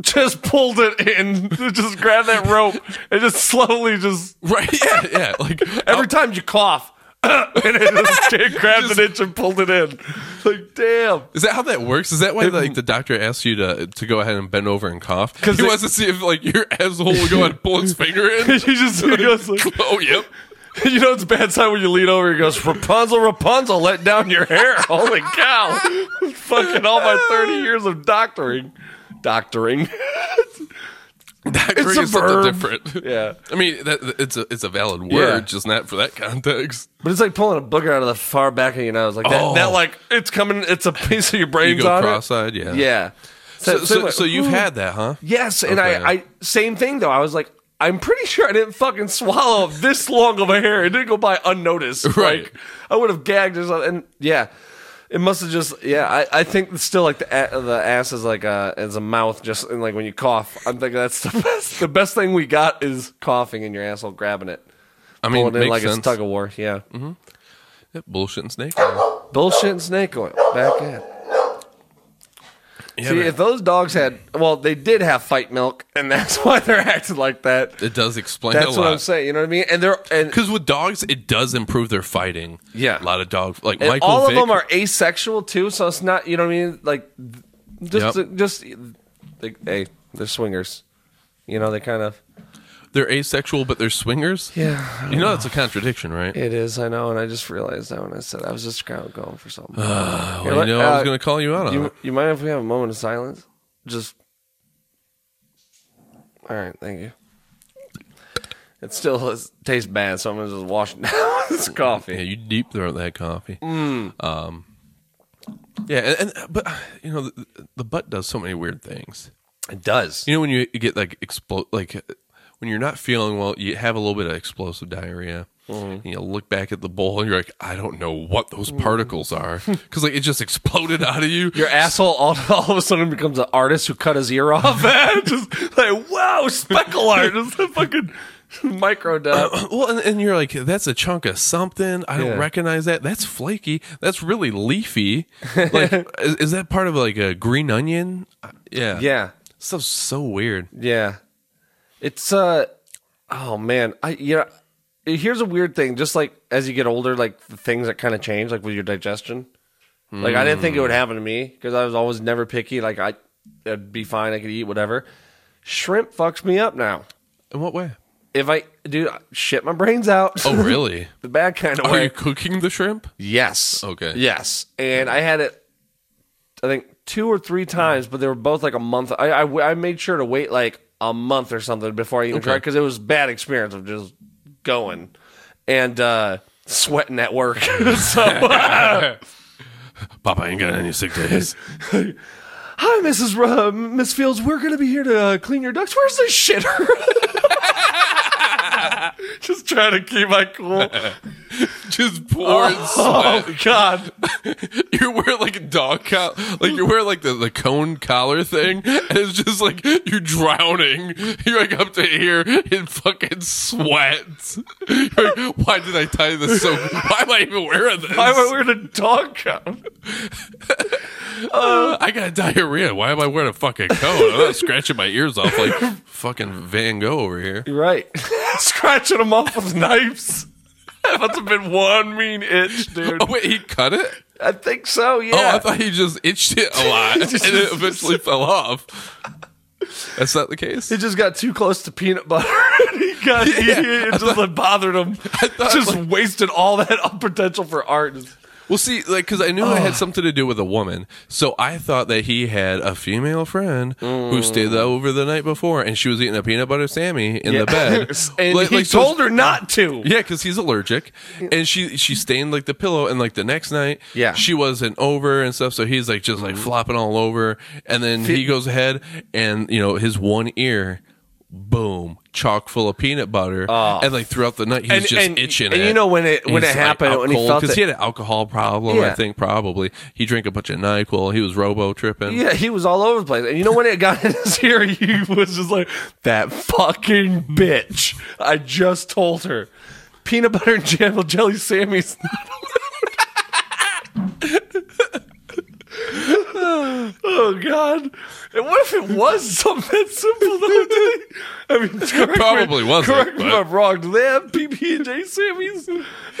just pulled it in, just grabbed that rope, and just slowly, just Right. Yeah. Yeah. Like every time you cough, and it just it grabbed an itch and pulled it in. Like damn, Is that how that works? Is that why like the doctor asks you to to go ahead and bend over and cough? Because he it- wants to see if like your asshole will go ahead and pull his finger you in. just he goes like, oh yep. you know it's a bad sign when you lean over. He goes Rapunzel, Rapunzel, let down your hair. Holy cow! Fucking all my thirty years of doctoring, doctoring. Doctoring a is something verb. different. Yeah. I mean that that- it's a it's a valid word, Yeah. just not for that context. But it's like pulling a booger out of the far back of your nose, like that. Oh. That like it's coming. It's a piece of your You brain's go on it. cross-eyed, yeah. Yeah. So, so, similar- so you've Ooh. had that, huh? yes, and Okay. I, I same thing though. I was like, I'm pretty sure I didn't fucking swallow this long of a hair. It didn't go by unnoticed. Right. Like, I would have gagged or something. And yeah, it must have just yeah. I, I think it's still like the a- the ass is like a as a mouth just and like when you cough. I'm thinking that's the best. The best thing we got is coughing and your asshole grabbing it, I mean, pulling it it in makes like sense. Mm-hmm. it's tug of war. Yeah. Yep, bullshit and snake. Bullshit and snake oil. Back in. Yeah, See, man. if those dogs had, well, they did have fight milk, and that's why they're acting like that. it does explain That's a what I'm lot. saying. You know what I mean? And they're and, Because with dogs, it does improve their fighting. Yeah. a lot of dogs like and Michael. all of Vick- them are asexual too, so it's not. You know what I mean? Like, just Yep. just like, hey, they're swingers. You know, they kind of. They're asexual, but they're swingers. Yeah, You know that's a contradiction, right? it is. I know, and I just realized that when I said I was just kind of going for something. Oh, You you know what? know, I was Uh, going to call you out on you, it. you mind if we have a moment of silence? Just. All right, thank you. It still is, tastes bad, so I'm gonna just wash it down with this Yeah, coffee. you deep throat that coffee. Um, Mm. yeah, and, and but you know the, the butt does so many weird things. It does. You know when you get like explode like when you're not feeling well, you have a little bit of explosive diarrhea. And you look back at the bowl and you're like, I don't know what those particles are because like it just exploded out of you. Your asshole all, all of a sudden becomes an artist who cut his ear off. just like wow, speckle art. Just a fucking micro dot. well, and, and you're like, that's a chunk of something. I don't Yeah. recognize that. That's flaky. That's really leafy. Like, is, is that part of like a green onion? Uh, Yeah. Yeah, Stuff's so weird. yeah. It's uh, oh man, I you know, here's a weird thing. Just like as you get older, like the things that kind of change, like with your digestion. Like I didn't think it Hmm. would happen to me because I was always never picky. Like I, it'd be fine. I could eat whatever. Shrimp fucks me up now. In what way? If I dude I shit my brains out Oh, really? the bad kind of Are way. you cooking the shrimp? yes. Okay. Yes, and I had it. I think two or three times, but they were both like a month. I I, I made sure to wait like a month or something before I even Okay. tried because it was bad experience of just going and uh sweating at work. so. Papa ain't got any sick days. Hi, Mrs. R- uh, Miss Fields. We're going to be here to uh, clean your ducts. Where's the shitter? Just trying to keep my cool. just pouring Oh God! sweat. You're wearing like a dog collar. Like, you're wearing like the, the cone collar thing. And it's just like you're drowning. You're like up to here in fucking sweat. You're like, why did I tie this so. Why am I even wearing this? Why am I wearing a dog cone? I got diarrhea. Why am I wearing a fucking cone? I'm not scratching my ears off like fucking Van Gogh over here. You're right. Scratching them off with knives. That must have been one mean itch, dude. Oh, wait, he cut it? I think so. Yeah. Oh, I thought he just itched it a lot and it eventually fell off. That's not the case. it just got too close to peanut butter. and he got he- Yeah, it just like, bothered him. thought, just wasted all that potential for art. Well, see, like, because I knew it had something to do with a woman, so I thought that he had a female friend who Mm. stayed over the night before, and she was eating a peanut butter sammy in the bed. and Like- he like, so- told her not to. Yeah, because he's allergic, and she she stained like the pillow, and like the next night, Yeah. Mm. she wasn't over and stuff. So he's like just like flopping all over, and then he goes ahead and you know his one ear, boom, chock full of peanut butter, and like throughout the night he's And- just and- itching. and it. you know when it- And when he's, it happened, out when he cold, felt 'cause it- he had an alcohol problem, I Yeah. think probably he drank a bunch of Nyquil. He was robo tripping. Yeah, he was all over the place. And you know when it got in his ear, he was just like, "That fucking bitch! I just told her." peanut butter and jam with jelly Sammy's. not allowed. oh God! And what if it was something that simple though? dude? I mean, correct me- Probably wasn't, Correct me if but- I'm wrong. Do they have PB and J Sammy's?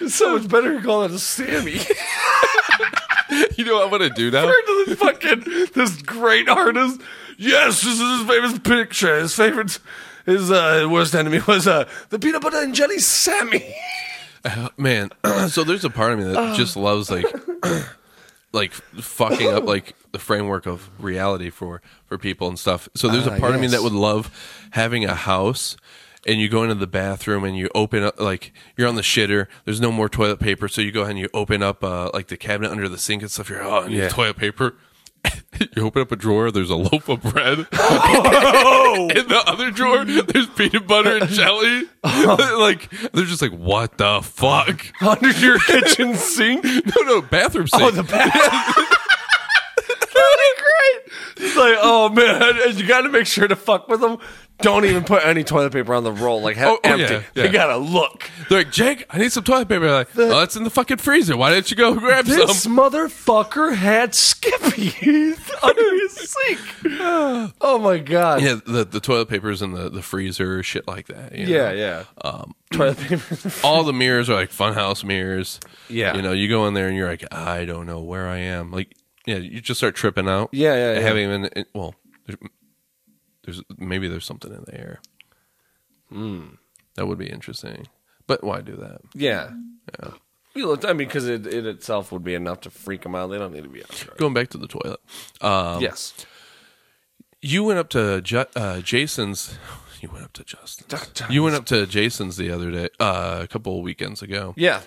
it's so much better to call it a Sammy You know what I'm gonna do now? compared to the fucking this great artist. Yes, this is his famous picture. His favorite, his uh, worst enemy was uh, the peanut butter and jelly Sammy. Man, so there's a part of me Oh. that just loves like like fucking up like the framework of reality for for people and stuff. So there's Ah, a part of me yes. that would love having a house and you go into the bathroom and you open up like you're on the shitter. There's no more toilet paper, so you go ahead and you open up uh, like the cabinet under the sink and stuff. You're oh, I need Yeah. toilet paper. you open up a drawer. There's a loaf of bread. Oh. In the other drawer, there's peanut butter and jelly. Oh. like they're just like, what the fuck? under your kitchen sink. No, no, bathroom sink. Oh, the bath. That'd be great. It's like, oh man, you got to make sure to fuck with them. Don't even put any toilet paper on the roll. Like, have Oh, oh, empty. yeah, yeah. They gotta look. They're like, Jake, I need some toilet paper. I'm like, oh, it's in the fucking freezer. Why didn't you go grab This some? motherfucker had Skippy under his sink. Oh my god. Yeah, the, the toilet paper's in the, the freezer, shit like that. you know? Yeah, yeah. toilet paper. All the mirrors are like funhouse mirrors. Yeah. You know, you go in there and you're like, I don't know where I am. Like, yeah, you just start tripping out. Yeah, yeah, And yeah. Having been, it- well, there's, there's maybe there's something in the air. Hmm. That would be interesting. But why do that? yeah. You looked, I mean, because it, it itself would be enough to freak them out. They don't need to be out. there. Going back to the toilet. Um, yes. You went up to Ju- uh, Jason's. You went up to Justin's. You went up to Jason's the other day, uh, a couple of weekends ago. Yeah.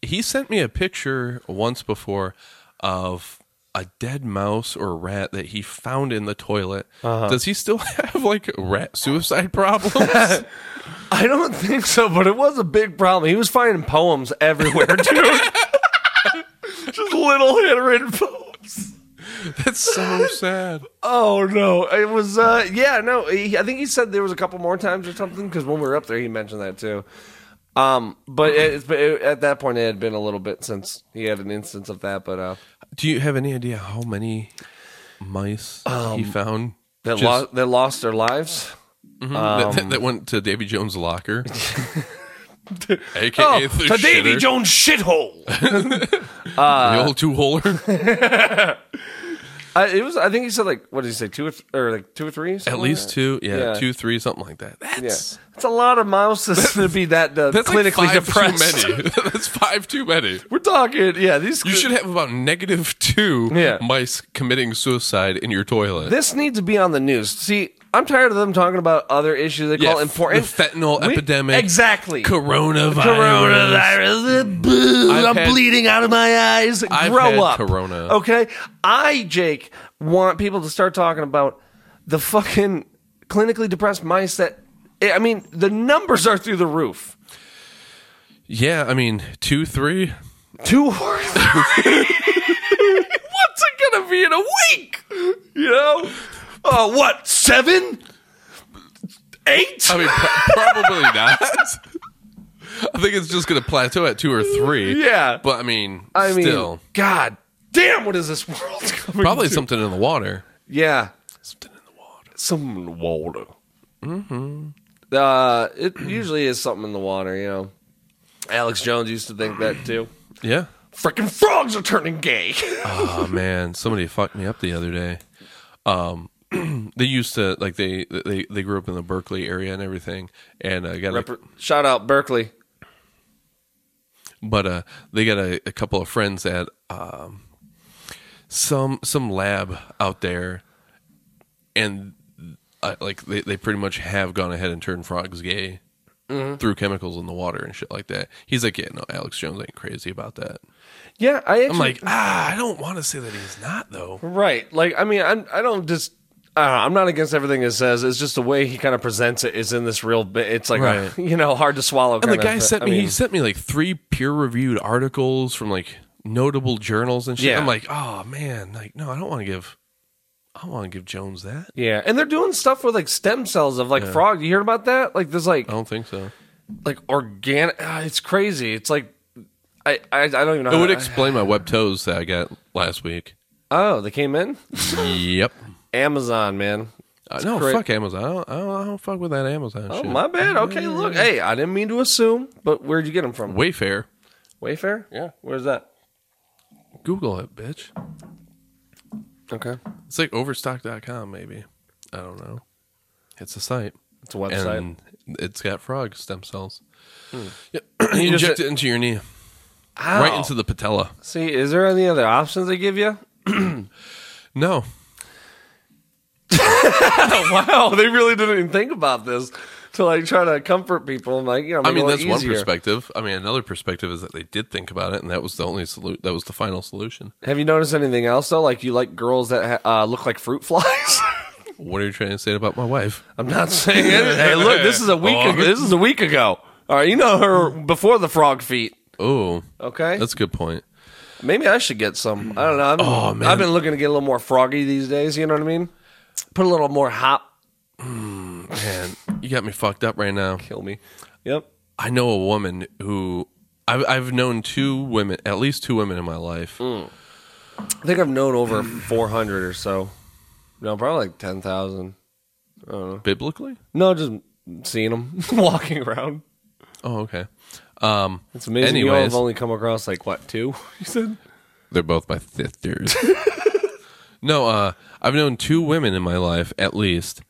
He sent me a picture once before of a dead mouse or rat that he found in the toilet. Uh-huh. Does he still have like rat suicide problems? I don't think so, but it was a big problem. He was finding poems everywhere, dude. Just little handwritten poems. That's so sad. Oh no! It was uh, yeah, no. He, I think he said there was a couple more times or something because when we were up there, he mentioned that too. Um, but it, it's but it, at that point, it had been a little bit since he had an instance of that. But uh, Do you have any idea how many mice he found? Um, that Just- mm-hmm, lo- um, that lost their lives. that, that- that went to Davy Jones' locker, aka the Oh, to Davy shitter, Jones shithole. Uh, the old two holer. I, it was. I think he said like what did he say? Two or, th- or like two or three? At least two, yeah, Yeah. two, three, something like that. That's Yes, yeah. it's a lot of mouses to be that uh, that's clinically like five depressed. Too many. that's five too many. We're talking. Yeah, these. You should have about negative two Yeah. mice committing suicide in your toilet. This needs to be on the news. See, I'm tired of them talking about other issues they Yeah, call f- important. the fentanyl epidemic. Exactly. coronavirus. Coronavirus. Boo, I've I'm had- bleeding out of my eyes. I've Grow had up. corona. Okay. I, Jake, want people to start talking about the fucking clinically depressed mice that. I mean, the numbers are through the roof. Yeah, I mean two, three. Two or three. What's it gonna be in a week? You know? Uh, what? Seven? Eight? I mean, pro- probably not. I think it's just going to plateau at two or three. Yeah. but I mean, I mean, still God damn, what is this world coming probably to? something in the water. Yeah, Something in the water. something in the water. Mm-hmm. Uh, it usually is something in the water, you know. Alex Jones used to think that too. Yeah. Freaking frogs are turning gay. Oh man, somebody fucked me up the other day. Um, they used to like they they they grew up in the Berkeley area and everything, and uh, got a- Rep- Shout out Berkeley. but uh they got a, a couple of friends at um some some lab out there, and uh, like they they pretty much have gone ahead and turned frogs gay. Through chemicals in the water and shit like that. He's like, yeah, no, Alex Jones ain't crazy about that. Yeah, I actually I'm like, ah, I don't want to say that he's not though. right. Like, I mean, I'm, I don't just. I don't know, I'm not against everything it says. It's just the way he kind of presents it is in this real bit. It's like, a- Right. you know, hard to swallow. And the kinda, guy but, sent I me he mean- sent me like three peer reviewed articles from like notable journals and shit. Yeah. I'm like, oh man, like no, I don't want to give I don't want to give Jones that. Yeah, and they're doing stuff with like stem cells of like frog. You heard about that? Like there's like I don't think so. like organic. ah, it's crazy. It's like I I, Uh, I don't even know. It how would to- explain my web toes that I got last week. oh, they came in Yep. Amazon, man. Uh, no, cra- fuck Amazon. I don't, I, don't, I don't fuck with that Amazon Oh, shit. my bad. Okay, look. Hey, I didn't mean to assume, but where'd you get them from? Wayfair. Wayfair? Yeah. Where's that? Google it, bitch. Okay. It's like overstock.com, maybe. I don't know. It's a site. It's a website. Hmm. And it's got frog stem cells. Yep. you inject it into your knee, Ow. right into the patella. See, is there any other options they give you? No. wow, they really didn't even think about this to like try to comfort people. and like, you know, I make mean, it that's a lot one easier. perspective. I mean, another perspective is that they did think about it, and that was the only solution. That was the final solution. Have you noticed anything else though? Like you like girls that ha- uh, look like fruit flies. What are you trying to say about my wife? I'm not saying it. Hey, look, this is a week. ago. This is a week ago. All right, you know her before the frog feet. Oh, Okay, that's a good point. maybe I should get some. I don't know. I've been, Oh, man. I've been looking to get a little more froggy these days. You know what I mean? Put a little more hop. Hmm, Man, you got me fucked up right now. Kill me. Yep. I know a woman who I've, I've known two women, at least two women in my life. Mm. I think I've known over 400 or so. No, probably like 10,000. Biblically? No, just seeing them walking around. Oh, okay. Um, It's amazing. You all Anyways. have only come across like what two? You said They're both my sisters. no, uh, I've known two women in my life, at least,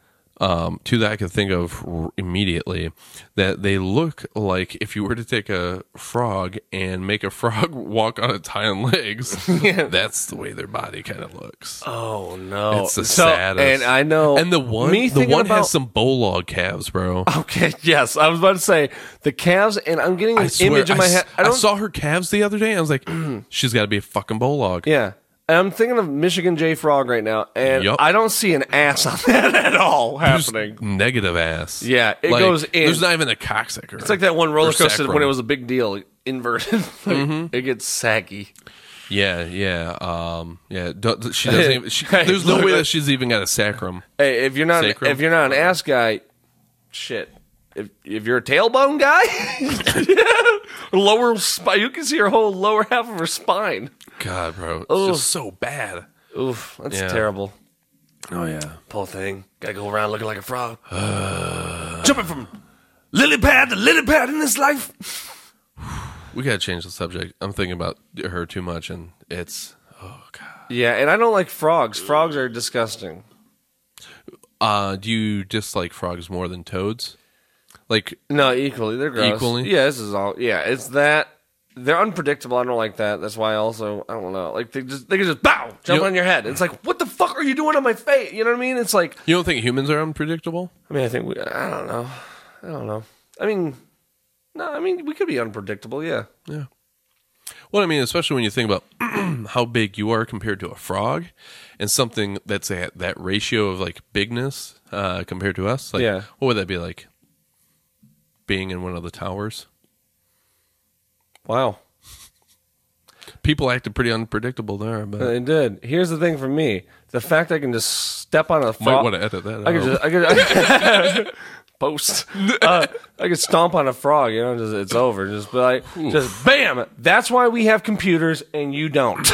um, two that I could think of r- immediately, that they look like if you were to take a frog and make a frog walk on its hind legs, that's the way their body kind of looks. Oh no! It's the saddest. And I know. And the one, me the thinking one about, Oh, has some bowlog calves, bro. Okay. Yes, I was about to say the calves, and I'm getting an I swear, image in my I, s- head. I I don't. saw her calves the other day. and I was like, she's got to be a fucking bowlog. yeah, and I'm thinking of Michigan J Frog right now, and Yup. I don't see an ass on that at all Just happening. negative ass. Yeah, it goes in. There's not even a cocksucker. It's like that one roller Or coaster when sacrum. Mm-hmm. it was a big deal, inverted. Like, It gets saggy. Yeah, yeah, um, yeah. do- do- she doesn't. Even, she, there's no way that she's even got a sacrum. Hey, if you're not Sacrum? if you're not an ass guy, shit. If if you're a tailbone guy, lower spine. You can see her whole lower half of her spine. God, bro, it's Oh. just so bad. Oof, that's Yeah. terrible. Oh yeah. Poor thing. Gotta go around looking like a frog. Jumping from lily pad to lily pad in this life. We gotta change the subject. I'm thinking about her too much, and it's oh god. Yeah, and I don't like frogs. Frogs are disgusting. Uh, do you dislike frogs more than toads? Like, No, equally. They're gross. Equally? Yeah, this is all. Yeah, it's that. They're unpredictable. I don't like that. That's why I also, I don't know. Like, they just, they can just bow, jump You- on your head. It's like, what the fuck are you doing on my face? You know what I mean? It's like, you don't think humans are unpredictable? I mean, I think we, I don't know. I don't know. I mean, no, I mean, we could be unpredictable. Yeah. Yeah. Well, I mean, especially when you think about how big you are compared to a frog, and something that's at that ratio of like bigness uh, compared to us. Like, Yeah. What would that be like? Being in one of the towers, Wow. people acted pretty unpredictable there. But It did. Here's the thing for me: the fact I can just step on a might frog. want to edit that. I could out. just I could, post. Uh, I could stomp on a frog. You know, just, it's over. Just be like, just bam. That's why we have computers and you don't.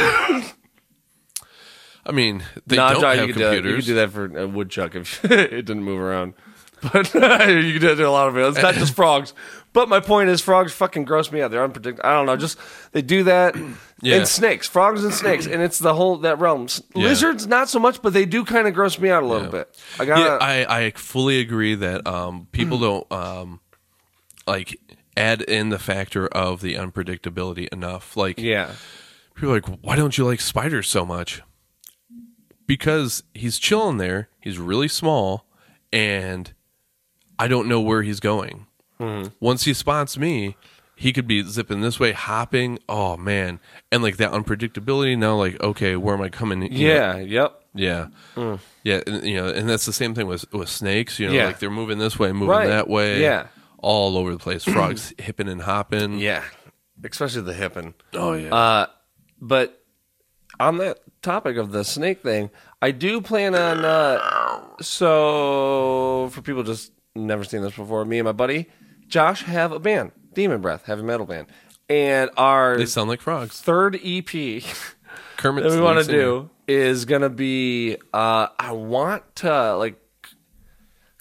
I mean, they Nah, don't John, have you could do that. You could computers. do that for a woodchuck if it didn't move around. But you can do that to a lot of it. It's not just frogs. But my point is, frogs fucking gross me out. They're unpredictable. I don't know. Just they do that. Yeah. And snakes, frogs and snakes, and it's the whole that realm. S- Yeah. Lizards, not so much, but they do kind of gross me out a little bit. I got. yeah, to I, I fully agree that um, people don't um, like add in the factor of the unpredictability enough. Like, yeah. People are like, why don't you like spiders so much? Because he's chilling there. He's really small, and I don't know where he's going. Mm-hmm. Once he spots me, he could be zipping this way, hopping. Oh man! And like that unpredictability. Now, like, okay, where am I coming? you know? Yeah. Yep. yeah, yeah. And, you know, and that's the same thing with with snakes. You know, Yeah. like they're moving this way, moving Right. that way. Yeah. all over the place. Frogs hipping and hopping. Yeah. Especially the hippin. Oh yeah. Uh, but on that topic of the snake thing, I do plan on. Uh, so for people just never seen this before, me and my buddy Josh have a band, Demon Breath, heavy metal band, and our They sound like frogs. third EP Kermit. that we want to do is gonna be. Uh, I want to like.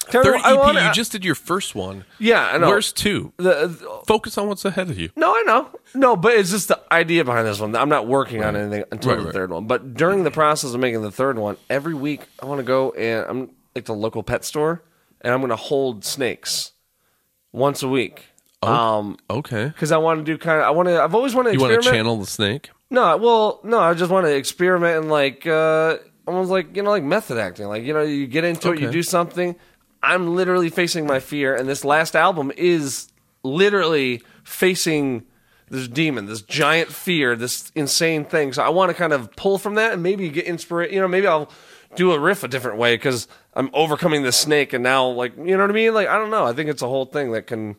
Third I EP. wanna- E you just did your first one. yeah, I know. Where's two? the, Focus on what's ahead of you. No, I know. No, but it's just the idea behind this one. I'm not working on anything until Right, the right. third one. But during the process of making the third one, every week I want to go and I'm like the local pet store and I'm going to hold snakes once a week. Um Okay. 'cause cuz I want to do kind of I want to I've always wanted to Oh. You want experiment. to channel the snake? No, well, no, I just want to experiment and like uh almost like, you know, like method acting. Like, you know, you get into it, you Okay. do something. I'm literally facing my fear and this last album is literally facing this demon, this giant fear, this insane thing. So I want to kind of pull from that and maybe get inspired, you know, maybe I'll do a riff a different way cuz I'm overcoming the snake and now like, you know what I mean? Like I don't know. I think it's a whole thing that can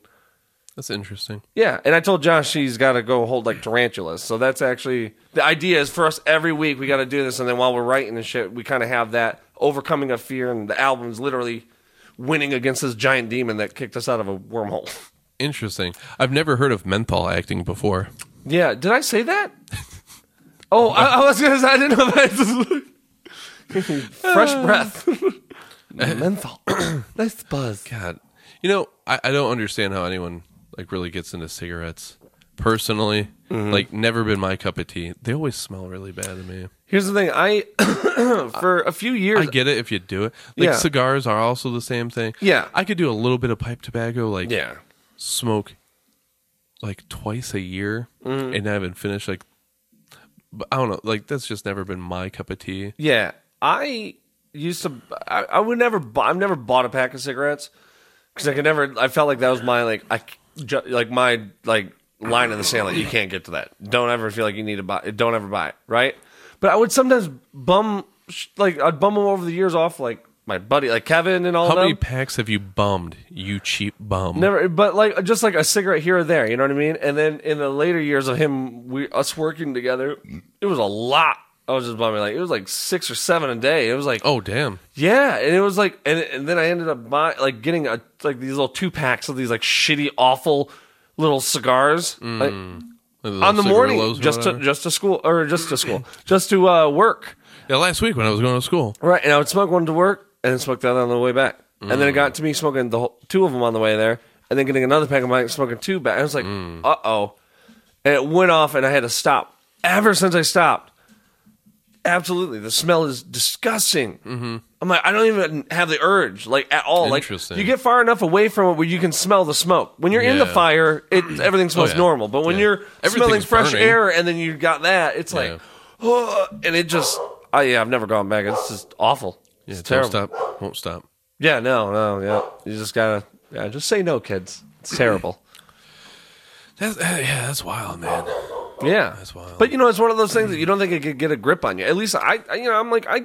That's interesting. yeah, and I told Josh he's got to go hold like tarantulas. So that's actually the idea is for us every week we got to do this, and then while we're writing and shit, we kind of have that overcoming of fear, and the album's literally winning against this giant demon that kicked us out of a wormhole. Interesting. I've never heard of menthol acting before. Yeah, did I say that? Oh, I, I was gonna say I didn't know that. Fresh breath, menthol, nice buzz. God, you know, I, I don't understand how anyone like really gets into cigarettes. Personally, Mm-hmm. like never been my cup of tea. They always smell really bad to me. Here's the thing, I for a few years I get it if you do it. Like Yeah. cigars are also the same thing. Yeah. I could do a little bit of pipe tobacco. Like Yeah. smoke like twice a year Mm-hmm. and I haven't finished. Like but I don't know. Like that's just never been my cup of tea. Yeah, I used to. I, I would never. bu- I've never bought a pack of cigarettes because I could never. I felt like that was my like. I c- ju- like my like line in the sand. Like you can't get to that. Don't ever feel like you need to buy. Don't ever buy it. Right. But I would sometimes bum sh- like I'd bum them over the years off like my buddy like Kevin and all How them. many packs have you bummed? You cheap bum. Never, but like just like a cigarette here or there, you know what I mean. And then in the later years of him, we us working together, it was a lot. I was just bumming like it was like six or seven a day. It was like Oh damn. yeah, and it was like, and, and then I ended up buy, like getting a, like these little two packs of these like shitty, awful little cigars like, on the morning, just to just to school or just to school, just to uh, work. Yeah, last week when I was going to school. Right, and I would smoke one to work and then smoke the other on the way back, and then it Mm. got to me smoking the whole, two of them on the way there, and then getting another pack of mine, smoking two back. I was like, Mm. uh oh, and it went off, and I had to stop. Ever since I stopped, absolutely, the smell is disgusting. Mm-hmm. I'm like, I don't even have the urge, like at all. Like Interesting. you get far enough away from it where you can smell the smoke. When you're in the Yeah. Oh, fire, it everything smells yeah. normal, but when Yeah. you're smelling Everything's fresh burning. air and then you got that, it's Yeah. like. Oh, and it just, oh yeah, I've never gone back. It's just awful. Yeah, It's don't terrible. stop. Won't stop. Yeah, no, no, yeah. You just gotta, yeah, just say no, kids. It's terrible. That's uh, yeah, that's wild, man. yeah, Oh, That's wild. But you know, it's one of those things that you don't think it could get a grip on you. At least I, I you know, I'm like I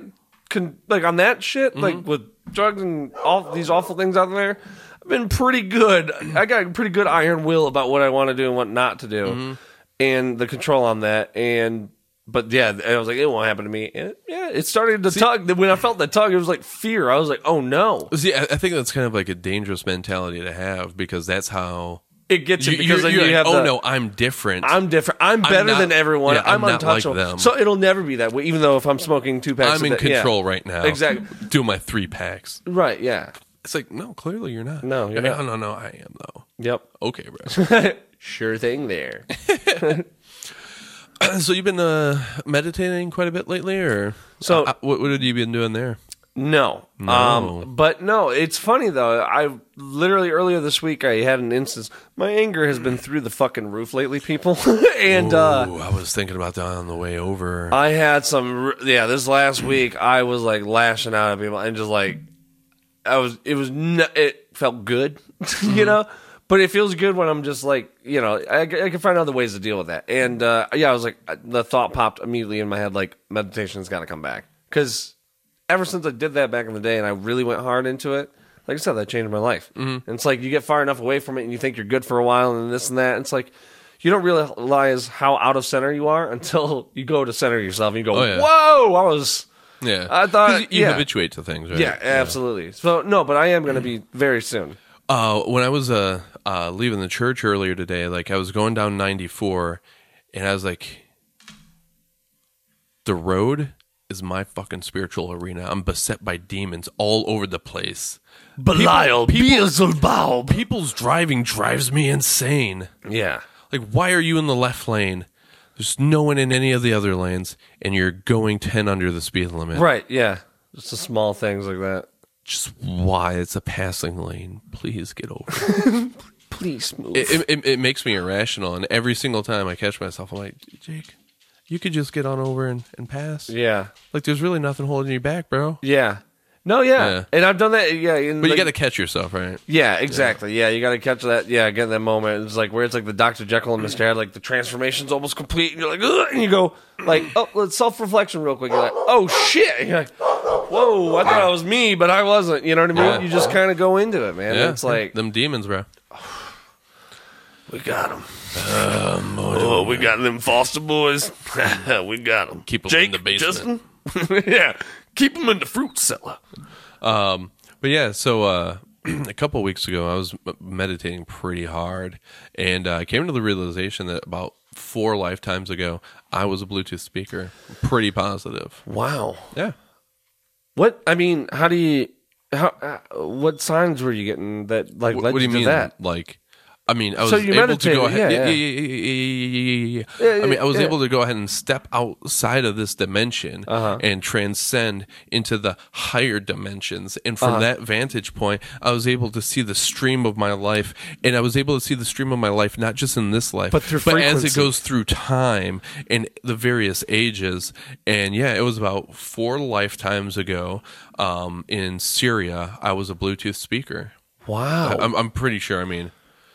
can, like on that shit, like Mm-hmm. with drugs and all these awful things out there. I've been pretty good. I got a pretty good iron will about what I want to do and what not to do, Mm-hmm. and the control on that. And but yeah, I was like, it won't happen to me. And it, yeah, it started to tug. When I felt the tug, it was like fear. I was like, oh no, See, I, I think that's kind of like a dangerous mentality to have because that's how it gets you, you, because you're, then you're you like, have oh the- no, I'm different. I'm different. I'm better not- than everyone. yeah, I'm, I'm not like untouchable. them. So it'll never be that way. Even though if I'm smoking two packs, I'm a in day- yeah. control right now. Exactly. Do my three packs. Right? Yeah. It's like no, clearly you're not. No, you're no, not. no, no. I am though. Yep. Okay, bro. Sure thing. There. so you've been uh, meditating quite a bit lately, or So- Uh, what, what have you been doing there? No. Um, but no, it's funny though. I literally earlier this week I had an instance. My anger has been through the fucking roof lately, people. and uh, Ooh, I was thinking about that on the way over. I had some. r- Yeah, this last week I was like lashing out at people and just like I was. It was. n- It felt good, you know. But it feels good when I'm just like you know I, I can find other ways to deal with that. And uh, yeah, I was like the thought popped immediately in my head like meditation's got to come back because ever since I did that back in the day and I really went hard into it. Like I said, that changed my life. And it's like you get far enough away from it and you think you're good for a while and this and that. And it's like you don't realize how out of center you are until you go to center yourself and you go, Oh, yeah. whoa, I was. yeah, I thought- 'Cause you yeah. habituate to things, right? Yeah, absolutely. So, no, but I am going to be very soon. Uh, when I was uh, uh, leaving the church earlier today, like I was going down 94, and I was like, the road is my fucking spiritual arena. I'm beset by demons all over the place. Belial, Beelzebub. People's driving drives me insane. Yeah. Like, why are you in the left lane? There's no one in any of the other lanes, and you're going 10 under the speed limit. Right. Yeah. Just the small things like that. Just why? It's a passing lane. Please get over it. Please move. it, it, it, it makes me irrational. And every single time I catch myself, I'm like, Jake, you could just get on over and, and pass. yeah. Like, there's really nothing holding you back, bro. Yeah. No. Yeah. Yeah. And I've done that. Yeah. in, But you like- got to catch yourself, right? Yeah, exactly. Yeah, you got to catch that. Yeah, get that moment. It's like where it's like the Dr. Jekyll and Mr. Hyde, like the transformation's almost complete, and you're like, Ugh, and you go like, oh, let's self reflection real quick. You're like, oh shit. And you're like, whoa, Oh, I thought it was me, but I wasn't. You know what I mean? Yeah. You just kind of go into it, man. Yeah. It's like them demons, bro. we got him. oh, we got them Foster boys. we got them. Keep 'em in the basement. yeah, keep them in the fruit cellar. But yeah, so uh, a couple weeks ago, I was m- meditating pretty hard, and uh, I came to the realization that about four lifetimes ago, I was a Bluetooth speaker. Pretty positive. Wow. Yeah. What I mean, how do you? How? Uh, what signs were you getting that like Wh- led what do you to mean? that? Like, I mean, I was you able to go meditated, ahead. yeah, Yeah, yeah, yeah, yeah, yeah, yeah, yeah, Yeah, yeah. I mean, I was yeah. able to go ahead and step outside of this dimension Uh-huh. and transcend into the higher dimensions. And Uh-huh. from that vantage point, I was able to see the stream of my life, and I was able to see the stream of my life not just in this life, But through as it frequency. goes through time and the various ages. And yeah, it was about four lifetimes ago um, in Syria. I was a Bluetooth speaker. Wow. I'm, I'm pretty sure. I mean,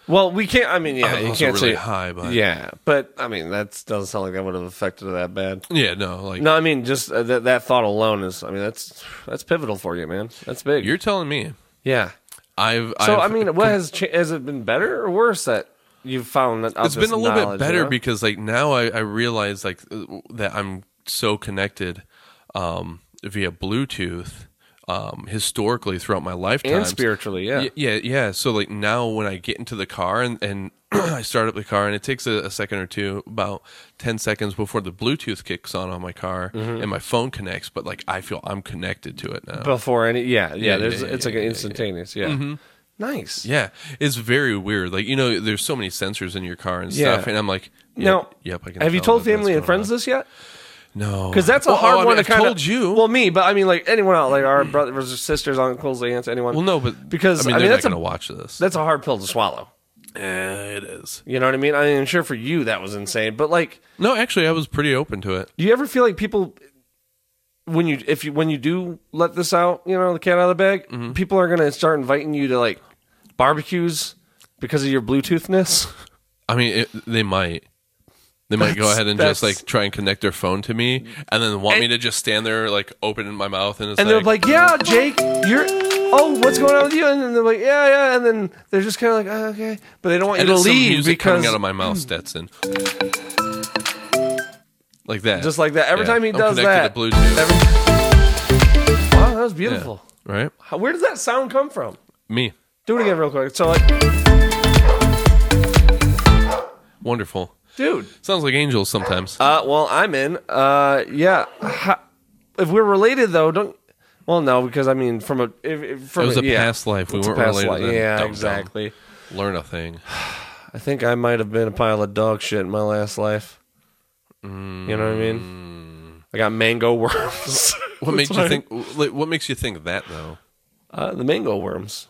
well, we can't. Oh. I mean, yeah, I'm you also can't really say high, but yeah, Yeah, but I mean, that doesn't sound like that would have affected it that bad. no, like No, I mean, just uh, that that thought alone is. I mean, that's that's pivotal for you, man. That's big. you're telling me, yeah. I've So I've, I mean, what has cha- has it been better or worse that you've found that? it's been a little bit better because like now I, I realize like uh, that I'm so connected um, via Bluetooth um, historically throughout my lifetime and spiritually, yeah. Y- yeah, yeah. So like now when I get into the car and, and I start up the car and it takes a, a second or two, about ten seconds before the Bluetooth kicks on on my car Mm-hmm. and my phone connects, but like I feel I'm connected to it now. Before any, yeah, yeah. Yeah, there's yeah, it's like yeah, yeah, an yeah, Mm-hmm. instantaneous, yeah. Nice. Yeah, it's very weird. Like you know, there's so many sensors in your car and Yeah. stuff, and I'm like, yep, Now, yep. I can have you tell told that that's family and going friends on. this yet? No, Because that's a Well, hard oh, I one mean, to kind I of. told you. Well, me, but I mean, like anyone else, like our brothers or sisters, uncles, aunts, anyone. Well, no, but because, I mean, I mean, they're that's not a- going to watch this. that's a hard pill to swallow. Eh, it is. You know what I mean? I mean, sure for you that was insane, but like, No, actually, I was pretty open to it. do you ever feel like people when you if you when you do let this out, you know, the cat out of the bag, Mm-hmm. people are gonna start inviting you to like barbecues because of your Bluetoothness. I mean, it, they might. They might go That's- ahead and just that's- like try and connect their phone to me, and then want me And- to just stand there like open my mouth and it's and they're like, "Yeah, Jake, you're." Oh, what's going on with you? And then they're like, "Yeah, yeah," and then they're just kind of like, oh, "Okay," but they don't want you and to it's some leave music coming because out of my mouth, Stetson, like that, just like that. Every Yeah, time he I'm does that, connected to Bluetooth. every- wow, that was Yeah. beautiful. right? How- Where does that sound come from? Me, Do it again, real quick. So, like, wonderful. dude. Sounds like angels sometimes. Uh, well, I'm in. Uh, yeah. Ha- if we're related though, don't. Well, no, because I mean, from a if, if, from It was a yeah. past life. We It's a weren't past related. life. then. Yeah, Dumb, dumb. exactly. Learn a thing. I think I might have been a pile of dog shit in my last life. You know what I mean? Mm. I got mango worms. What makes you think? Like, what makes you think that though? uh, the mango worms?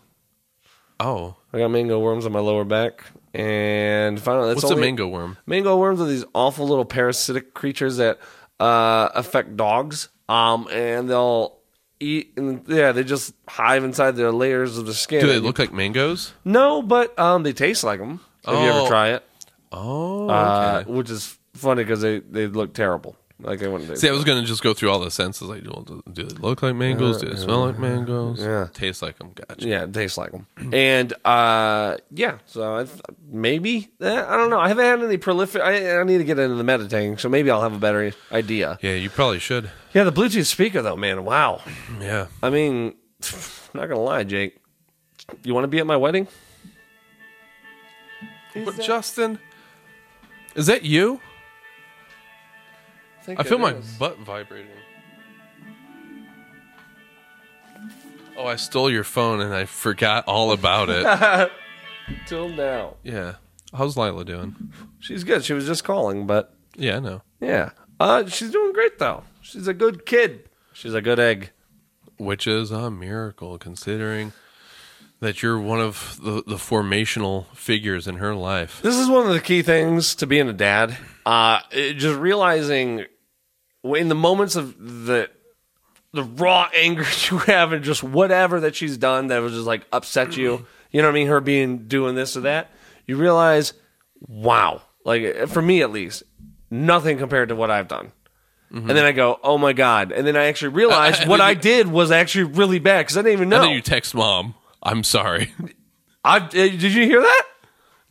Oh, I got mango worms on my lower back, and finally, that's what's a only- mango worm? Mango worms are these awful little parasitic creatures that uh, affect dogs. Um, and they'll eat, and yeah, they just hive inside their layers of the skin. Do they look like mangoes? No, but um, they taste like them. If you ever Oh, try it, Oh, uh, okay. which is funny because they they look terrible. Like they wouldn't. See, I was gonna just go through all the senses. Like, well, do, do they look like mangoes? Do they smell like mangoes? yeah. Taste like them? Gotcha. Yeah, it tastes like them. And uh, yeah, so I th- maybe eh, I don't know. I haven't had any prolific. I, I need to get into the meditating, so maybe I'll have a better idea. Yeah, you probably should. Yeah, the Bluetooth speaker though, man. Wow. Yeah. I mean, I'm not gonna lie, Jake. You want to be at my wedding? But Justin, is that you? think I it feel my is. butt vibrating. Oh, I stole your phone and I forgot all about it. till now. yeah. How's Lila doing? She's good. She was just calling, but Yeah, I know. yeah. Uh, she's doing great though. She's a good kid. She's a good egg. Which is a miracle considering that you're one of the, the formational figures in her life. This is one of the key things to being a dad. Uh, it- just realizing in the moments of the the raw anger you have and just whatever that she's done that was just like upset you. You know what I mean? Her being doing this or that. You realize, wow. Like for me at least, nothing compared to what I've done. And then I go, oh my god. And then I actually realize and what then I you- did was actually really bad because I didn't even And know. then uh, you text mom, I'm sorry. I uh, did you hear that?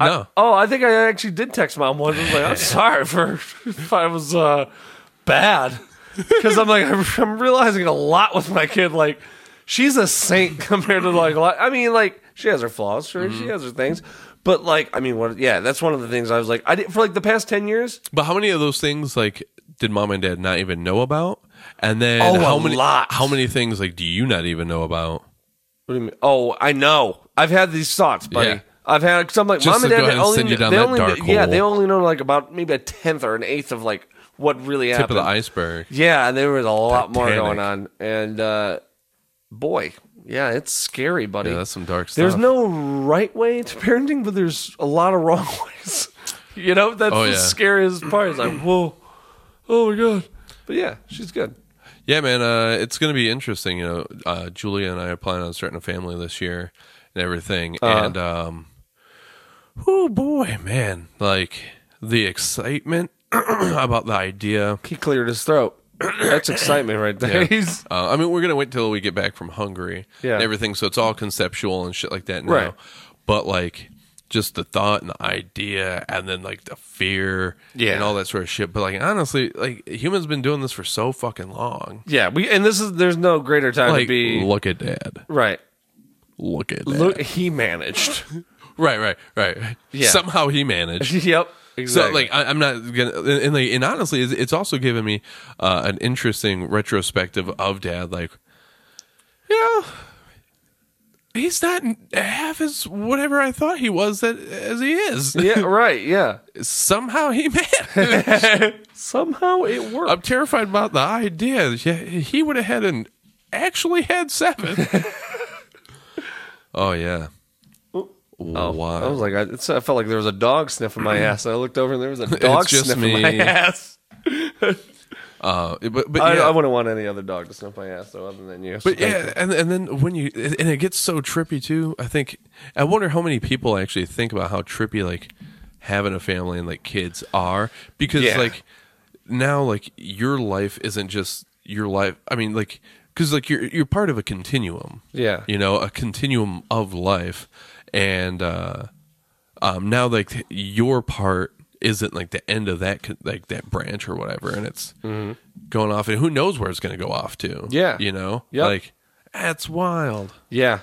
no. Oh, I think I actually did text mom once. I was like, I'm sorry for if I was uh, bad. Because I'm like, I'm realizing a lot with my kid. Like, she's a saint compared to like, a lot. I mean, like, she has her flaws, sure, Mm-hmm. she has her things. But like, I mean, what? Yeah, that's one of the things I was like, I did for like the past ten years. But how many of those things like did mom and dad not even know about? And then Oh, how a many lot. how many things like do you not even know about? What do you mean? Oh, I know. I've had these thoughts, buddy. Yeah. I've had because I'm like, Just mom and to dad. go They ahead and only, send you down they that only, dark yeah, hole. they only know like about maybe a tenth or an eighth of like what really Tip happened. of the iceberg. Yeah, and there was a lot more Titanic. going on. And uh, boy, yeah, it's scary, buddy. Yeah, that's some dark stuff. there's no right way to parenting, but there's a lot of wrong ways. you know, that's Oh, the yeah. scariest part. It's like, whoa, oh my god. But yeah, she's good. Yeah, man, uh, it's going to be interesting. You know, uh, Julia and I are planning on starting a family this year and everything. Uh-huh. And, um, oh boy, man, like the excitement about the idea. He cleared his throat. That's excitement right there. He's Uh, I mean, we're going to wait till we get back from Hungary Yeah. and everything. So it's all conceptual and shit like that now. Right. But, like, just the thought and the idea and then, like, the fear Yeah. and all that sort of shit. But, like, honestly, like, humans been doing this for so fucking long. yeah. We and this is there's no greater time Like, to be look at dad. right. Look at dad. Look, he managed. Right, right, right. Yeah. Somehow he managed. yep. So Exactly. like I, I'm not gonna and, and, like and honestly it's, it's also given me uh, an interesting retrospective of dad like you know he's not half as whatever I thought he was that as he is yeah. Right. Yeah. somehow he managed Somehow it worked. I'm terrified about the idea that yeah, he would have had an actually had seven. oh yeah oh I was like, I, it's, I felt like there was a dog sniffing my ass. I looked over and there was a dog just sniffing me. my ass. uh, but, but I, yeah. I wouldn't want any other dog to sniff my ass though, other than you. So But yeah, and and then when you and it gets so trippy too. I think I wonder how many people actually think about how trippy like having a family and like kids are because Yeah. like now like your life isn't just your life. I mean like because like you're you're part of a continuum. Yeah. you know a continuum of life, and uh, um, now like your part isn't like the end of that co- like that branch or whatever, and it's going off, and who knows where it's going to go off to? Mm-hmm. Yeah. you know, Yep. like that's wild. yeah,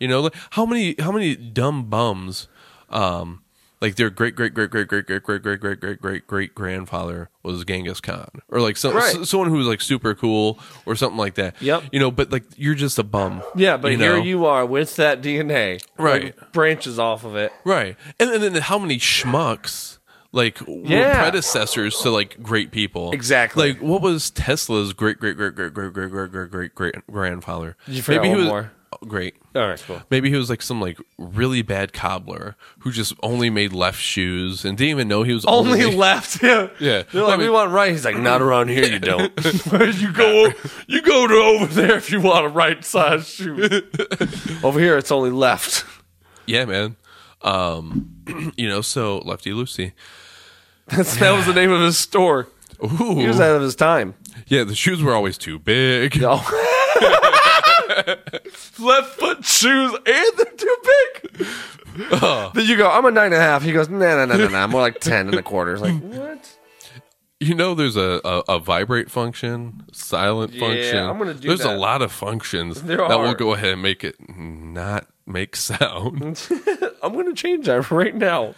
You know, like, how many how many dumb bums, um, like their great great great great great great great great great great great great grandfather was Genghis Khan, or like some Right. so, someone who was like super cool or something like that. Yep. You know, but like you're just a bum. yeah. But here know? you are with that DNA, Right. like, branches off of it. Right. And, and then how many schmucks like were Yeah. predecessors to like great people. Exactly. Like what was Tesla's great great great great great great great great great great grandfather? You forgot he one was more. Oh, great. All right, cool. Maybe he was like some like really bad cobbler who just only made left shoes and didn't even know he was Only left. Yeah, Yeah. They're like, I mean- we want right. He's like, not around here. You don't. you go. You go to over there if you want a right size shoe. over here, it's only left. Yeah, man. Um, you know, so lefty loosey. That's, That was the name of his store. He was Ooh, out of his time. yeah. The shoes were always too big. Oh. Left foot shoes and they're too big. Oh. Then you go, I'm a nine and a half. He goes, no, no, no, no, no. I'm more like 10 and a quarter. It's like, what? You know, there's a, a, a vibrate function, silent Yeah, function. I'm gonna do There's that. a lot of functions There that will are. go ahead and make it not make sound. I'm going to change that right now.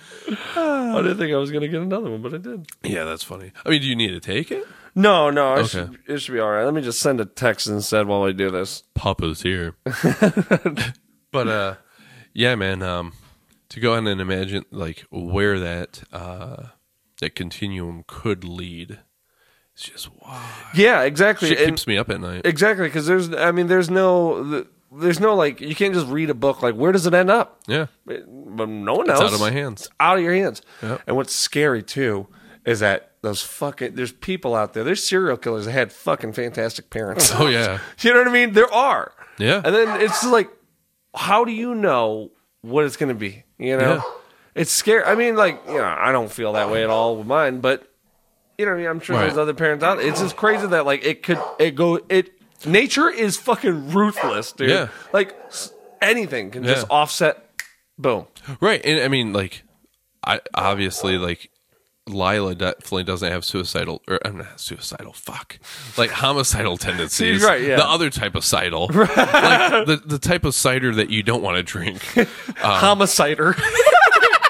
I didn't think I was going to get another one, but I did. yeah, that's funny. I mean, do you need to take it? No, no, it, Okay. should, it should be all right. Let me just send a text instead while I do this. Papa's here. but uh, yeah, man. Um, to go ahead and imagine like where that uh that continuum could lead. It's just wow. Yeah, exactly. Shit and- keeps me up at night. exactly, because there's, I mean, there's no, th- there's no like, you can't just read a book like, where does it end up? yeah, But but no one it's else. out of my hands. out of your hands. Yep. And what's scary too is that those fucking there's people out there. There's serial killers that had fucking fantastic parents. Oh yeah, you know what I mean? There are. Yeah. And then it's just like, how do you know what it's gonna be? You know, Yeah. it's scary. I mean, like you know, I don't feel that way at all with mine, but you know, what I mean? I'm sure Right. there's other parents out. It's just crazy that like it could it go it. Nature is fucking ruthless, dude. Yeah. Like s- anything can just Yeah. offset. Boom. right. And I mean, like, I obviously like Lila definitely doesn't have suicidal or I'm not suicidal. Fuck, like homicidal tendencies. Right, yeah. The other type of cidal, like the the type of cider that you don't want to drink. Uh-huh. homicider.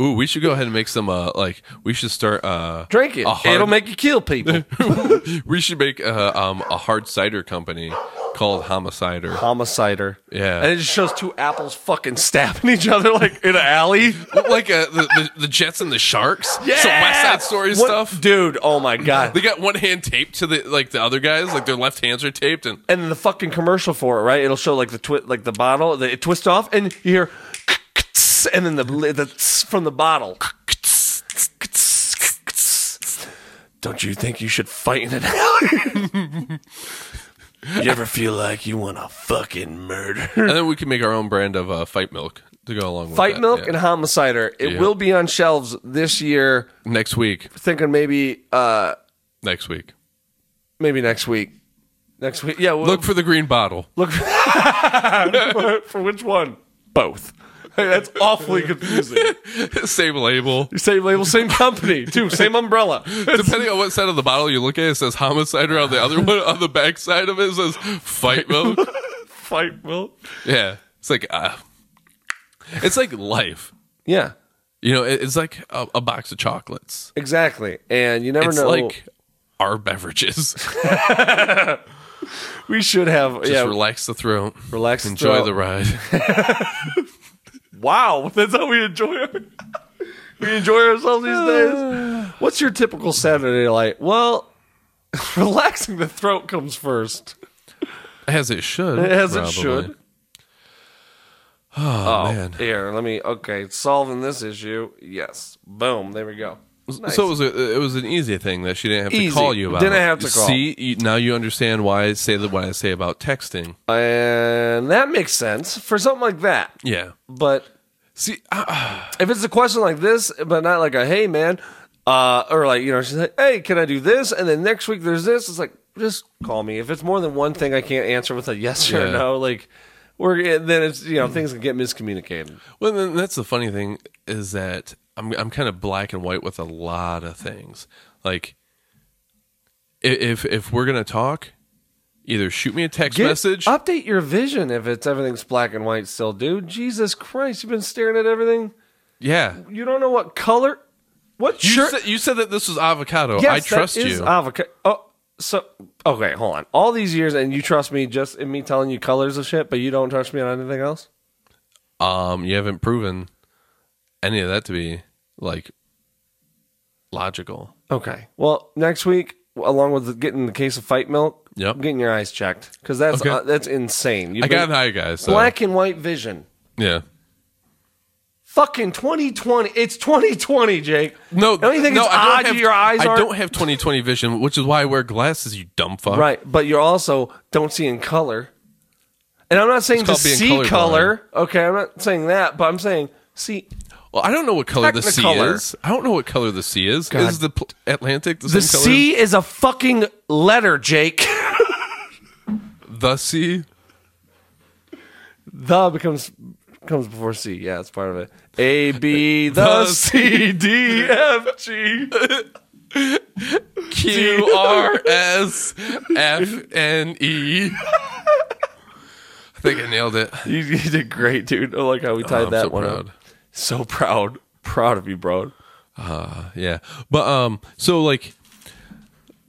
Ooh, we should go ahead and make some uh like we should start uh Drink it. A hard- It'll make you kill people. we should make uh, um a hard cider company called Homicider. homicider. Yeah. And it just shows two apples fucking stabbing each other like in an alley. like uh, the, the the Jets and the Sharks. Some West Side Story What- stuff. Dude, oh my god. They got one hand taped to the like the other guys, like their left hands are taped and and then the fucking commercial for it, right? It'll show like the twi- like the bottle, the, it twists off and you hear and then the li- the from the bottle. Don't you think you should fight in an alley? you ever feel like you want to fucking murder? and then we can make our own brand of uh, fight milk to go along with Fight that, Milk yeah. and Homicider. It Yeah. will be on shelves this year. next week. Thinking maybe uh Next week. maybe next week. Next week. Yeah, we'll Look for the green bottle. look for, for which one? Both. Hey, that's awfully confusing. Same label. Same label, same company, too. Same umbrella. Depending on what side of the bottle you look at, it says homicider on the other one. On the back side of it, it says fight milk. Fight Milk. Yeah, it's like uh, it's like life. Yeah, You know, it- it's like a, a box of chocolates. exactly. And you never It's know. like our beverages. we should have. yeah. Just relax the throat. Relax the Enjoy throat. the ride. wow, that's how we enjoy. Our, we enjoy ourselves these days. What's your typical Saturday like? Well, relaxing the throat comes first. As it should. As probably. it should. Oh, man. Here, let me. Okay, solving this issue. Yes. Boom. There we go. Nice. So it was a, it was an easy thing that she didn't have Easy. to call you about. Didn't it. have to call. See, you, now you understand why I say that what I say about texting. and that makes sense for something like that. Yeah. But See, ah, if it's a question like this, but not like a hey man, uh, or like you know she's like hey can I do this, and then next week there's this. It's like just call me if it's more than one thing I can't answer with a yes or Yeah. no. Like we're then it's you know things can get miscommunicated. well, then that's the funny thing is that I'm I'm kind of black and white with a lot of things. Like, i- if if we're gonna talk, either shoot me a text Get- message. Update your vision if it's everything's black and white still, dude. Jesus Christ, you've been staring at everything. Yeah. You don't know what color. What You, shirt? said, you said that this was avocado. Yes, I that trust is you. Avocado. Oh, so okay, hold on. All these years, and you trust me just in me telling you colors of shit, but you don't trust me on anything else. Um, you haven't proven any of that to be like logical. Okay. Well, next week, along with the- getting the case of fight milk, Yep. getting your eyes checked because that's Okay. uh, that's insane. You've I got been- an eye, guys. So, black and white vision. Yeah. Fucking 2020. It's 2020, Jake. No, Don't you think no, it's I don't odd have- your eyes I are don't have 2020 vision, which is why I wear glasses. You dumb fuck. right, but you also don't see in color. And I'm not saying It's to called being see colorblind. color. Okay, I'm not saying that, but I'm saying see Well, I don't know what color the sea Technicolor. is. I don't know what color the sea is. God. Is the pl- Atlantic the, The same C is a fucking letter, Jake. color? The sea. the becomes comes before C. Yeah, it's part of it. A B the C D F G. Q R S F N E. I think I nailed it. You, you did great, dude. I like how we tied I'm that so one proud. up. So proud. Proud of you, bro. Yeah. But um so like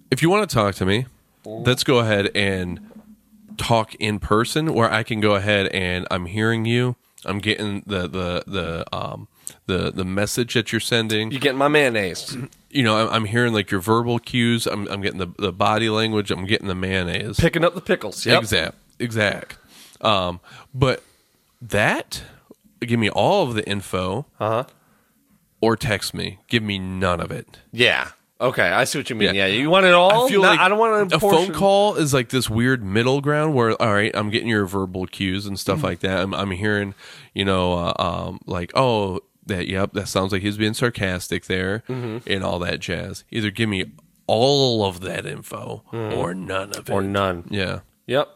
if you want to talk to me, let's go ahead and talk in person where I can go ahead and I'm hearing you. I'm getting the the the um the the message that you're sending. You getting my mayonnaise. You know, I'm, I'm hearing like your verbal cues. I'm I'm getting the the body language. I'm getting the mayonnaise. Picking up the pickles. Yep. Exact. Exact. Um, but that, give me all of the info. Uh-huh. Or text me. Give me none of it. Yeah. Okay, I see what you mean. Yeah. Yeah, you want it all? I, Oh, I don't want to a phone call is like this weird middle ground where, all right, I'm getting your verbal cues and Mm. stuff like that. I'm, I'm hearing, you know, uh, um, like, oh, that, yep, that sounds like he's being sarcastic there Mm-hmm. and all that jazz. Either give me all of that info Mm. or none of it. or none. yeah. Yep.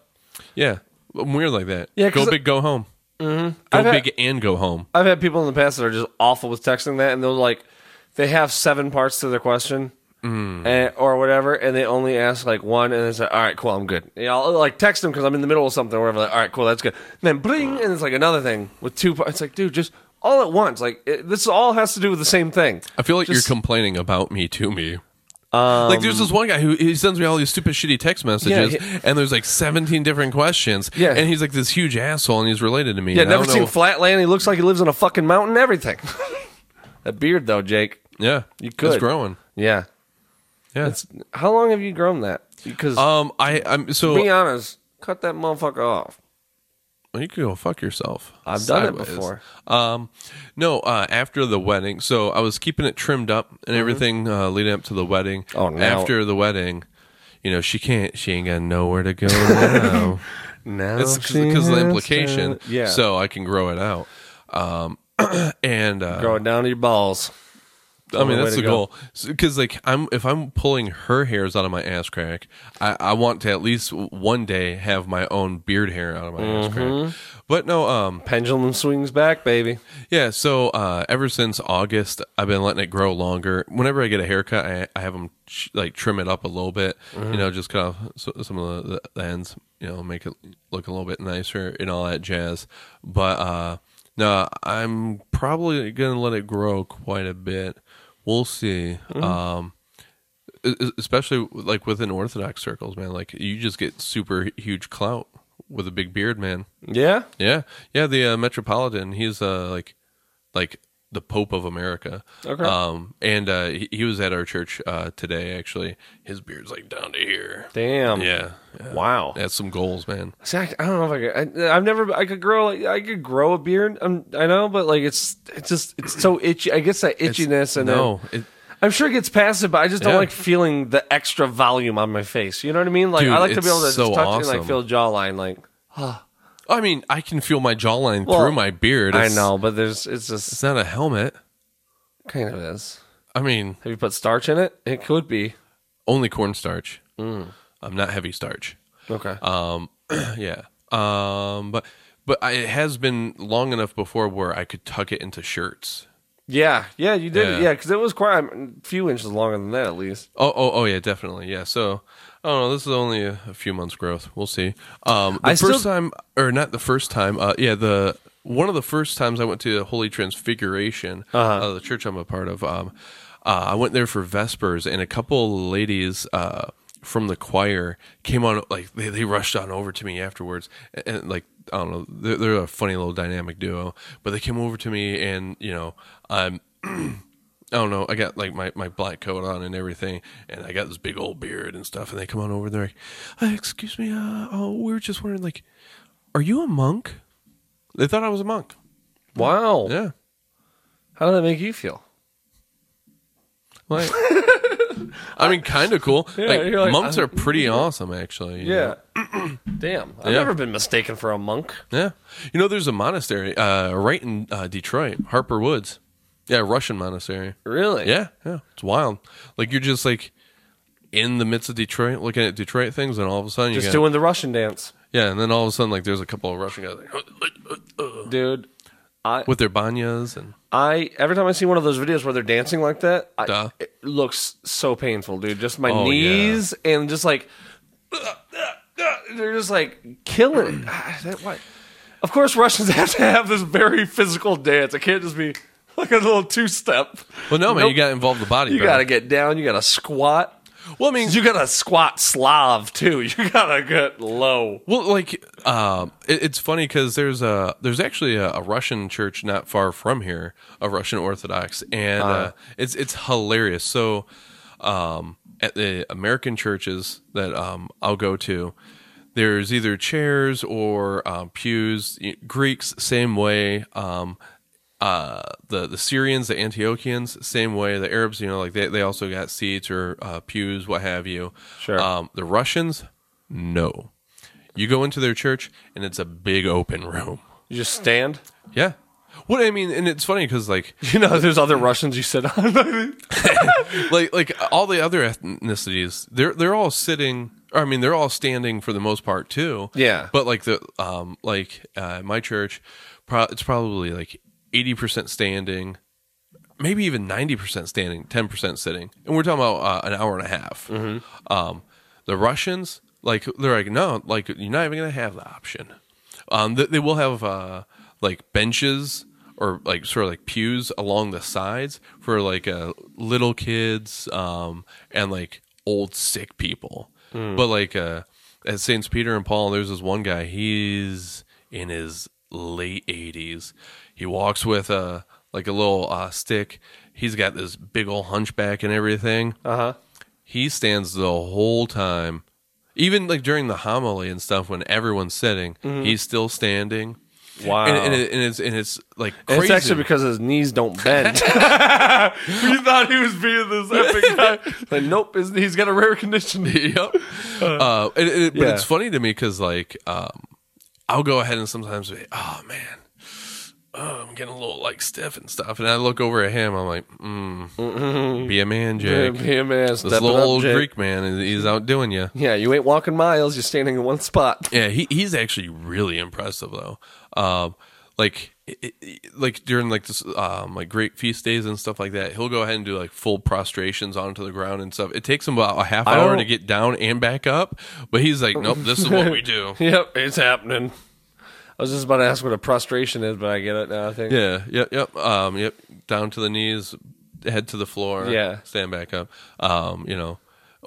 Yeah. I'm weird like that. Yeah, Go 'cause- Mm-hmm. big, go home. Go I've had- big and go home. I've had people in the past that are just awful with texting that, and they'll like, they have seven parts to their question and, or whatever, and they only ask like one, and it's like, all right, cool, I'm good. You know, I'll like text them because I'm in the middle of something or whatever. Like, all right, cool, that's good. And then bling, and it's like another thing with two parts. It's like, dude, just all at once. Like, it, this all has to do with the same thing. I feel like Just- Um, you're complaining about me to me. like there's this one guy who he sends me all these stupid shitty text messages, Yeah, and there's like 17 different questions. Yeah. and he's like this huge asshole, and he's related to me. Yeah, and I never don't seen know- Flatland. He looks like he lives on a fucking mountain. Everything. that beard though, Jake. yeah, You could. It's growing. Yeah. Yeah. How long have you grown that? Because um, I I'm so be honest, cut that motherfucker off. Well, you could go fuck yourself. I've done it Sideways. before. Um, no, uh, after the wedding, so I was keeping it trimmed up and everything uh, leading up to the wedding. Mm-hmm. Oh, now- after the wedding, you know she can't. She ain't got nowhere to go now. No, it's because of the implication. yeah. So I can grow it out. Um, and uh, growing down to your balls. I mean Only way that's to the go. goal. Because like I'm, if I'm pulling her hairs out of my ass crack, I, I want to at least one day have my own beard hair out of my ass Mm-hmm. crack. But no, um, Pendulum swings back, baby. yeah. So uh, ever since August, I've been letting it grow longer. Whenever I get a haircut, I, I have them like trim it up a little bit. You know, just cut off so, some of the, the ends. You know, make it look a little bit nicer and all that jazz. But uh, no, I'm probably gonna let it grow quite a bit. We'll see. Um, e- e- especially like within Orthodox circles, man. Like you just get super huge clout with a big beard, man. Yeah. Yeah, yeah. The uh, Metropolitan, he's uh, like, like the Pope of America. Okay. Um, and uh, he, he was at our church uh, today. Actually, his beard's like down to here. Damn. Yeah, yeah. Wow. That's some goals, man. See, I, I don't know if I could. I, I've never. I could grow. Like, I could grow a beard. I'm, I know, but like it's. It's just. It's so itchy. I guess that itchiness and then- no, it, I'm sure it gets passive, but I just don't Yeah. like feeling the extra volume on my face. You know what I mean? Like Dude, I like to be it's able to just so touch and awesome. like feel jawline. Like I mean, I can feel my jawline Well, through my beard. I It's- know, but there's it's just it's not a helmet. kind of is. I mean, Have you put starch in it? It could be. only cornstarch. Mm. I'm not heavy starch. Okay. Um, yeah. Um, but but I, it has been long enough before where I could tuck it into shirts. yeah, yeah, you did. yeah. it. Yeah, because it was quite a few inches longer than that, at least. Oh, oh, oh, yeah, definitely, yeah. So, I don't know. This is only a, a few months' growth. We'll see. Um, the I still- first time, or not the first time. Uh, yeah, the one of the first times I went to Holy Transfiguration, uh Uh-huh. the church I'm a part of. Um, uh, I went there for vespers, and a couple ladies. Uh, from the choir came on like they, they rushed on over to me afterwards and, and, like i don't know they're, they're a funny little dynamic duo but they came over to me and you know i'm I don't know. I got like my, my black coat on and everything, and I got this big old beard and stuff. And they come on over. They're like, uh, "Excuse me, uh, oh, we were just wondering, like, are you a monk?" They thought I was a monk. Wow. Yeah. How did that make you feel? Like, I mean, kind of cool. like, you're like, "Uh, monks are pretty awesome, actually. you know? Yeah. Damn, I've Yeah. never been mistaken for a monk. Yeah. You know, there's a monastery uh, right in uh, Detroit, Harper Woods. Yeah, Russian monastery. Really? Yeah, yeah, it's wild. Like you're just like in the midst of Detroit, looking at Detroit things, and all of a sudden you Just got- doing the Russian dance, Yeah, and then all of a sudden, like, there's a couple of Russian guys like, dude. I- with their banyas and I every time I see one of those videos where they're dancing like that, Duh. I, it looks so painful, dude. Just my Oh, yeah. knees and just like they're just like killing it. Ah, that- why- Of course, Russians have to have this very physical dance. It can't just be like a little two step. well, no, man, Nope. you got to involve the body. You bro. gotta get down. You gotta squat. Well, I mean, You gotta squat Slav too. You gotta get low. Well, like um, it, it's funny because there's a there's actually a, a Russian church not far from here, a Russian Orthodox, and uh, Uh-huh. it's it's hilarious. So um, at the American churches that um, I'll go to, there's either chairs or um, pews. Y- Greeks same way. Um, uh, the the Syrians, the Antiochians, same way. The Arabs, you know, like they, they also got seats or uh, pews, what have you. Sure. Um, the Russians, no. You go into their church and it's a big open room. You just stand. Yeah. What I mean, and it's funny because like, You know, there's other Russians you sit on. like, like all the other ethnicities, they're they're all sitting. Or, I mean, they're all standing for the most part too. Yeah. But like the um, like uh, my church, pro- it's probably like eighty percent standing, maybe even ninety percent standing, ten percent sitting, and we're talking about uh, an hour and a half. Um, the Russians, like, they're like, no, like you're not even gonna have the option. Um, they, they will have uh, like benches or like sort of like pews along the sides for like uh, little kids um, and like old sick people. But like uh, at Saints Peter and Paul, there's this one guy. He's in his late 80s. He walks with a like a little uh, stick. He's got this big old hunchback and everything Uh huh. he stands the whole time even like during the homily and stuff when everyone's sitting he's still standing Mm-hmm. Wow. and, and, it, and it's and it's like And crazy It's actually because his knees don't bend. we thought he was being this epic guy. But nope, his- he's got a rare condition. yep. Uh, and- and- But Yeah. it's funny to me because like um, I'll go ahead and sometimes be, oh man, oh, I'm getting a little like stiff and stuff, and I look over at him, I'm like, mm, Mm-hmm. be a man, Jake. PMS, step This it little up, old Jake. Greek man, he's outdoing you. Yeah, you ain't walking miles. You're standing in one spot. Yeah, he, he's actually really impressive though. Um, like it- it- like during like this um, like great feast days and stuff like that, he'll go ahead and do like full prostrations onto the ground and stuff. It takes him about a half I hour don't- to get down and back up, but he's like, nope, this is what we do. Yep, it's happening. I was just about to ask what a prostration is, but I get it now. I think. Yeah, yep, yep, um, yep. Down to the knees, head to the floor. Yeah. stand back up. Um, you know,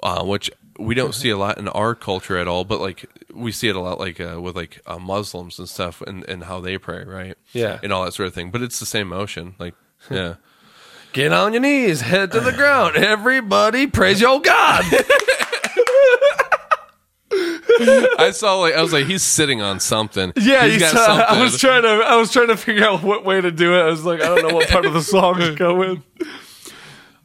uh, which we don't see a lot in our culture at all, but like we see it a lot, like uh, with like uh, Muslims and stuff, and and how they pray, right? Yeah. and all that sort of thing. But it's the same motion, like yeah. Get on your knees, head to the ground. Everybody, praise your God. I saw like I was like he's sitting on something. Yeah, He's you saw, I was trying to I was trying to figure out what way to do it. I was like, I don't know what part of the song to go in.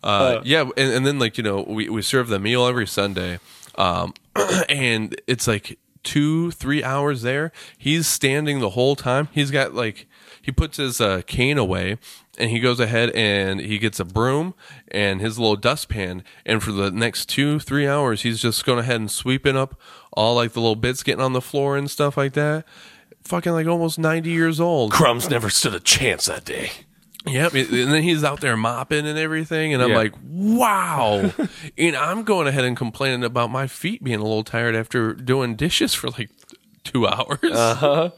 Uh, yeah, and, and then like you know we, we serve the meal every Sunday, um, and it's like two three hours there. He's standing the whole time. He's got like he puts his uh, cane away, and he goes ahead and he gets a broom and his little dustpan, and for the next two three hours he's just going ahead and sweeping up all like the little bits getting on the floor and stuff like that. Fucking like almost ninety years old. Crumbs never stood a chance that day. Yep, and then he's out there mopping and everything, and I'm Yeah. like, wow. and I'm going ahead and complaining about my feet being a little tired after doing dishes for like two hours. Uh-huh.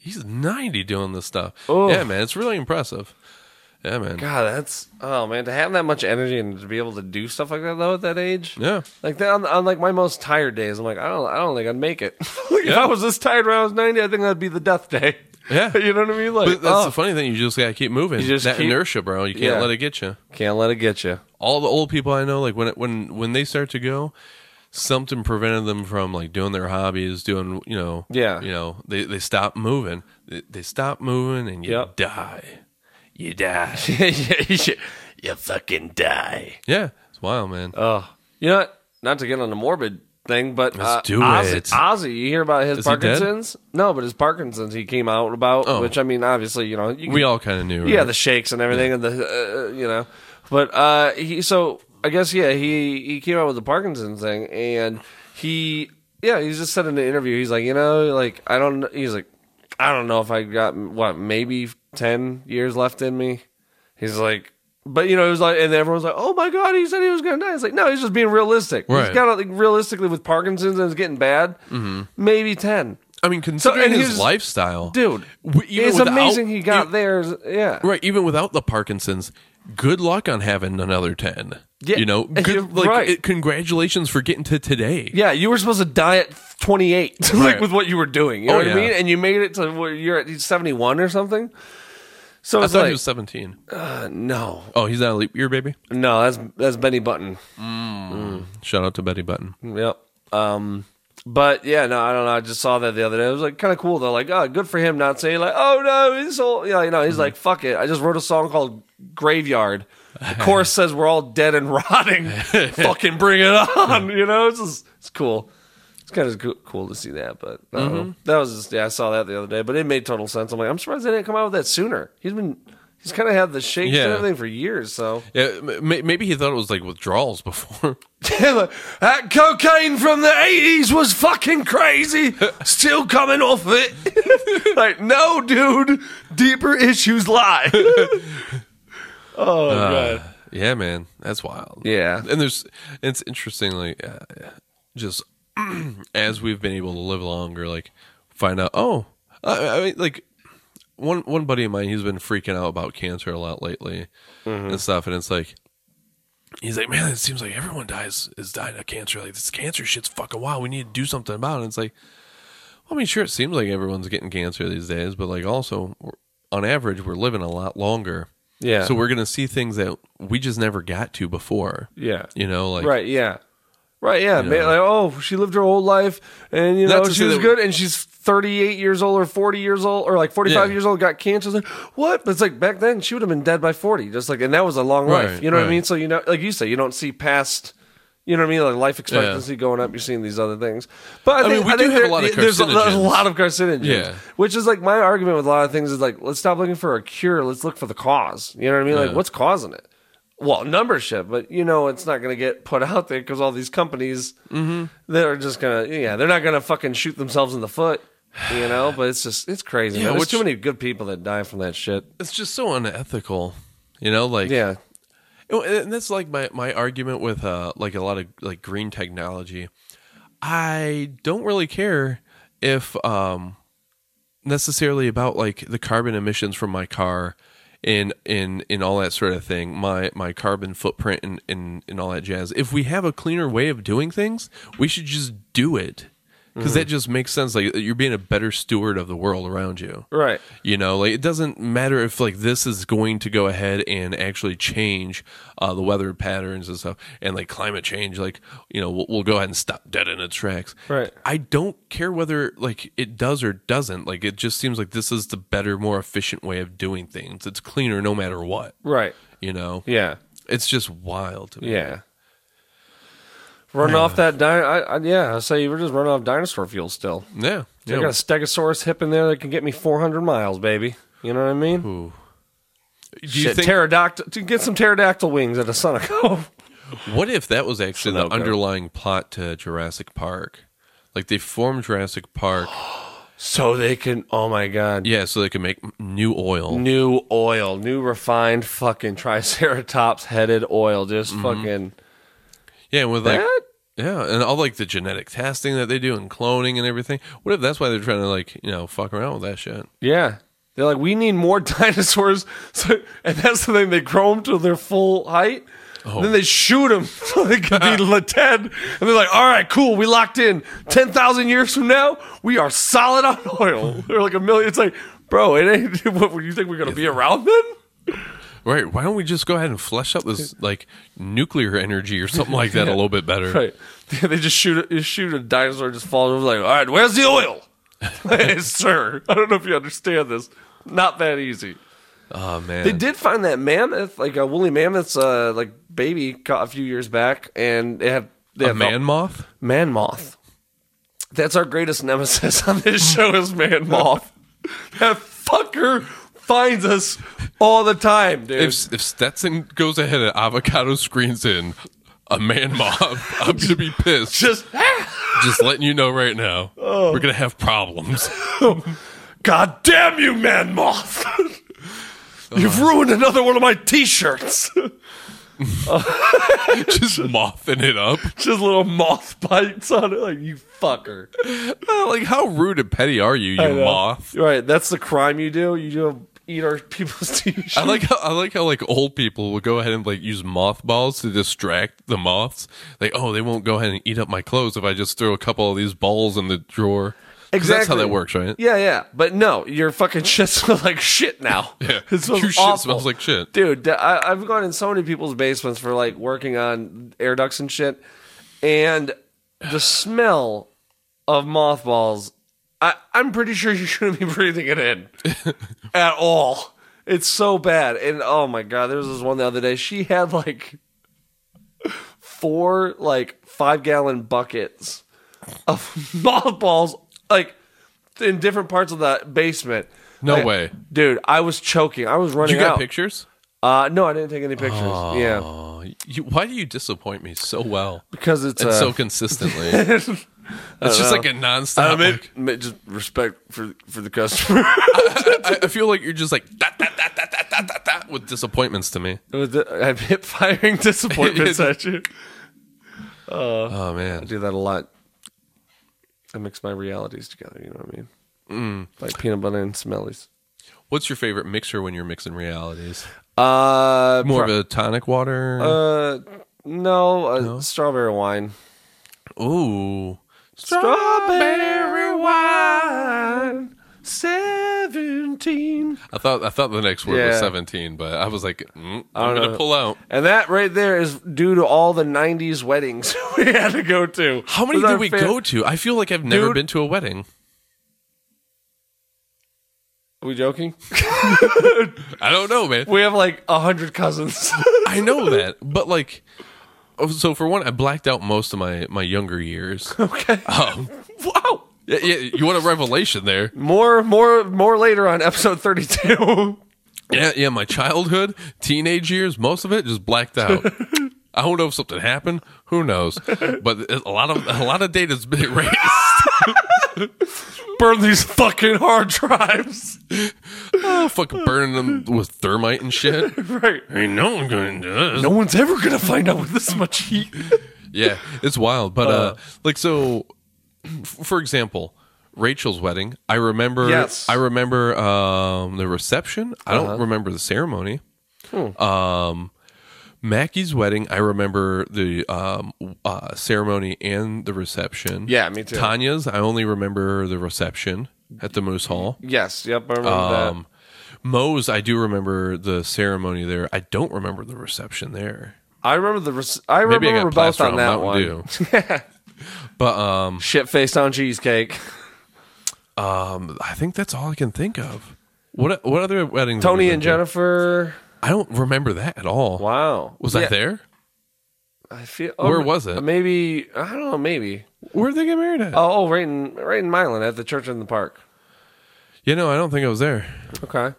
He's 90 doing this stuff. Yeah, man, it's really impressive. Yeah, man. God, that's oh man, to have that much energy and to be able to do stuff like that though at that age. Yeah. Like that on, on like my most tired days, I'm like, I don't I don't think I'd make it. like, If I was this tired when I was ninety, I think that'd be the death day. Yeah. you know what I mean? Like But that's oh, the funny thing. You just got to keep moving. You just that keep- inertia, bro. You can't Yeah. let it get you. oh, can't let it get you. all the old people I know, like when it, when when they start to go, something prevented them from like doing their hobbies, doing you know, Yeah. you know, they they stop moving, they, they stop moving, and you Yep. die, you die. you fucking die. yeah, it's wild, man. Oh, you know, what? not to get on a morbid thing, but uh, do Ozzy, it. Ozzy, you hear about his Is he dead? Parkinson's? No, but his Parkinson's he came out about, Oh. which I mean, obviously, you know, you we all kind of knew. Right? yeah, the shakes and everything, and the uh, you know, but uh, he so I guess yeah, he he came out with the Parkinson's thing, and he yeah, he just said in the interview, he's like, you know, like I don't, kn- he's like, I don't know if I got what maybe ten years left in me. He's like, but you know, it was like, and everyone's like, oh my god, he said he was gonna die. It's like, no, he's just being realistic. Right. Mm-hmm. He's kind of like realistically with Parkinson's and it's getting bad. Maybe ten, I mean, considering he his was- lifestyle, dude. w- even it's without- amazing he got e- there. Yeah. right. Even without the Parkinson's, good luck on having another ten. Yeah, you know, you're good, like right. it- congratulations for getting to today. Yeah, you were supposed to die at 28, like Right. with what you were doing. You know Oh, what I yeah. mean? And you made it to where you're at 71 or something. So I it's thought like, he was seventeen. uh, no, Oh, he's not a leap year, baby. no, that's that's Benny Button. Shout out to Betty Button. Yep. Um, but yeah, no, I don't know. I just saw that the other day. It was like kind of cool though. Like, oh, good for him not saying like, oh no, he's so yeah, you know, Mm-hmm. he's like, fuck it. I just wrote a song called Graveyard. The chorus says we're all dead and rotting. Fucking bring it on. You know, it's just, it's cool. It's kind of coo- cool to see that, but I don't know. that was just, yeah, I saw that the other day, but it made total sense. I'm like, I'm surprised they didn't come out with that sooner. He's been he's kind of had the shakes and Yeah. everything for years, so Yeah, ma- maybe he thought it was like withdrawals before. that cocaine from the 80s was fucking crazy. Still coming off it. like, no, dude. Deeper issues lie. oh, God. yeah, man, that's wild. Yeah. and there's it's interesting, like uh, just as we've been able to live longer, like find out. Oh, I, I mean, like one one buddy of mine, he's been freaking out about cancer a lot lately Mm-hmm. and stuff, and it's like. He's like, man, it seems like everyone dies is dying of cancer. Like this cancer shit's fucking wild. We need to do something about it. And it's like, well, I mean, sure, it seems like everyone's getting cancer these days, but like also, we're- on average, we're living a lot longer. Yeah. So we're gonna see things that we just never got to before. Yeah. You know, like Right, yeah. Right, yeah. man, like, oh, she lived her whole life and, you Not know, to she say was that- good and she's 38 years old or 40 years old or like 45 Yeah. years old, got cancer. It's like, what? But it's like back then she would have been dead by 40. Just like, and that was a long life. Right, You know what I right. mean? So, you know, like you say, you don't see past. You know what I mean? Like life expectancy going up, you're seeing these other things. But I, mean, think, we I do think have a there- lot of there's a, there's a carcinogens. lot of carcinogens. Yeah. Which is like my argument with a lot of things is like, let's stop looking for a cure. Let's look for the cause. You know what I mean? Like, Yeah. what's causing it? Well, number ship, but you know it's not going to get put out there because all these companies Mm-hmm. that are just gonna, yeah, they're not gonna fucking shoot themselves in the foot, you know. But it's just, it's crazy. Yeah, man. There's which- too many good people that die from that shit. it's just so unethical. You know, like Yeah, Oh, and that's like my my argument with uh like a lot of like green technology i don't really care if um necessarily about like the carbon emissions from my car and in in all that sort of thing my my carbon footprint and and, and all that jazz if we have a cleaner way of doing things we should just do it Mm-hmm. because that just makes sense like you're being a better steward of the world around you right. you know, like it doesn't matter if like this is going to go ahead and actually change uh, the weather patterns and stuff, and like climate change, like you know, we'll, we'll go ahead and stop dead in its tracks. Right. I don't care whether like it does or doesn't. Like it just seems like this is the better, more efficient way of doing things. It's cleaner, no matter what. Right. You know. Yeah. It's just wild. to me. Yeah. Run off that di- I, I yeah, I say you were just running off dinosaur fuel still. Yeah. I yeah. got a stegosaurus hip in there that can get me 400 miles, baby. You know what I mean? Do you Shit, think? pterodactyl. dude, Get some pterodactyl wings at a Sonic Cove. What if that was actually the Sunoco. underlying plot to Jurassic Park? Like they formed Jurassic Park. So they can. Oh my god. Yeah, so they can make m- new oil. New oil, new refined fucking triceratops headed oil. Just fucking Yeah, with like That? yeah, and all like the genetic testing that they do and cloning and everything. What if that's why they're trying to like you know fuck around with that shit? yeah. They're like, we need more dinosaurs. So, and that's the thing. They grow them to their full height. Then they shoot them so they can be le- dead. And they're like, all right, cool. We locked in. 10,000 years from now, we are solid on oil. They're like a million. It's like, bro, it ain't. What, you think we're going to be around then? Right? Why don't we just go ahead and flesh out this like nuclear energy or something like that a little bit better? Right. they just shoot a, shoot a dinosaur just falls over like, all right, where's the oil? Hey, sir, I don't know if you understand this. Not that easy. Oh man, They did find that mammoth, like a woolly mammoth's uh, like baby caught a few years back, and they have they a have man moth. man moth. That's our greatest nemesis on this show is man moth. that fucker finds us all the time, dude. If if Stetson goes ahead and avocado screens in a man moth, I'm gonna be pissed. just Just letting you know right now, Oh. we're gonna have problems. God damn you, man moth! You've ruined another one of my T-shirts. just mothing it up. Just little moth bites on it. Like you fucker. Uh, like, how rude and petty are you, you moth? Right. That's the crime you do. You do eat our people's T-shirts. I like how I like how like old people will go ahead and like use mothballs to distract the moths. Like, oh, they won't go ahead and eat up my clothes if I just throw a couple of these balls in the drawer. 'Cause That's how Exactly. that works, right? Yeah, yeah. But no, your fucking shit smells like shit now. Yeah. It smells Your shit awful. smells like shit. Dude, th- I, I've gone in so many people's basements for like working on air ducts and shit. And the smell of mothballs, I, I'm pretty sure you shouldn't be breathing it in at all. It's so bad. And oh my God, there was this one the other day. She had like four, like five gallon buckets of mothballs, like in different parts of the basement. No Like, way. dude! I was choking. I was running You got out. pictures? Uh, no, I didn't take any pictures. Yeah, Oh, you, why do you disappoint me so well because it's and uh, so consistently? It's just like a nonstop. I mean, like- ma- just respect for for the customer. I, I feel like you're just like that, that, that, that, that, that, that, that with disappointments to me. With the- I'm hip firing disappointments at you. Oh man, Uh, do that a lot. I mix my realities together. You know what I mean? Mm. Like peanut butter and smellies. what's your favorite mixer when you're mixing realities? Uh, More of a tonic water. uh, no, uh, strawberry wine. Ooh. Strawberry wine. Seventeen. I thought I thought the next word was Yeah. 17, but I was like, mm, I'm going to know. pull out. And that right there is due to all the '90s weddings we had to go to. How many With did our we fa- go to? I feel like I've never Dude. been to a wedding. Are we joking? I don't know, man. We have like a hundred cousins. I know that, but like oh, so for one, I blacked out most of my my younger years. okay. Oh. Wow. Yeah, yeah, you want a revelation there? More, more, more later on episode 32. Yeah, yeah, my childhood, teenage years, most of it just blacked out. I don't know if something happened. Who knows? But a lot of a lot of data's been erased. burn these fucking hard drives. Fucking burning them with thermite and shit. right. Ain't no one going to do this. No one's ever gonna find out with this much heat. yeah, it's wild. But uh, like so, f- for example, Rachel's wedding. I remember. Yes. I remember um, the reception. I don't remember the ceremony. Hmm. Um, Mackie's wedding. I remember the um, uh, ceremony and the reception. Yeah, me too. Tanya's. I only remember the reception at the Moose Hall. Yes. Yep. I remember Um, Moe's. I do remember the ceremony there. I don't remember the reception there. that. I remember the. Res- I remember Maybe I got we're both plaster on on that Mountain one. Dew. But um, Shit faced on cheesecake. Um, I think that's all I can think of. What what other weddings? have Tony we and been to? Jennifer. I don't remember that at all. Wow. Was Yeah, I there? I feel. oh, Where was it? Maybe I don't know. Maybe. Where did they get married at? Oh, oh, right in right in Milan at the church in the park. You know, I don't think I was there. Okay.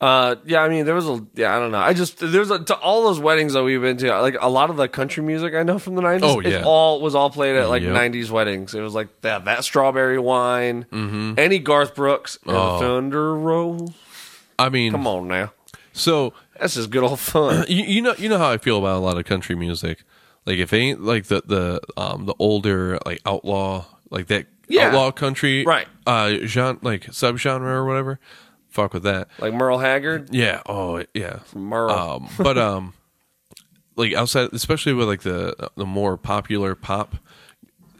Uh, yeah, I mean, there was a, yeah, I don't know. I just, there's a, to all those weddings that we've been to, like a lot of the country music I know from the 90s, Oh, is yeah. all, was all played at like Yep. 90s weddings. It was like that, that strawberry wine, any Garth Brooks, and Mm-hmm. Oh. Thunder Roll. I mean, Come on now. so That's just good old fun. you, you know you know how I feel about a lot of country music. Like if it ain't like the the um the older like outlaw like that Yeah. outlaw country Right. uh genre like subgenre or whatever. Fuck with that. like Merle Haggard, Yeah. Oh yeah. Merle. um, but um, like outside, especially with like the the more popular pop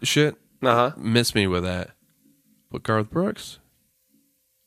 shit, uh huh. miss me with that. But Garth Brooks,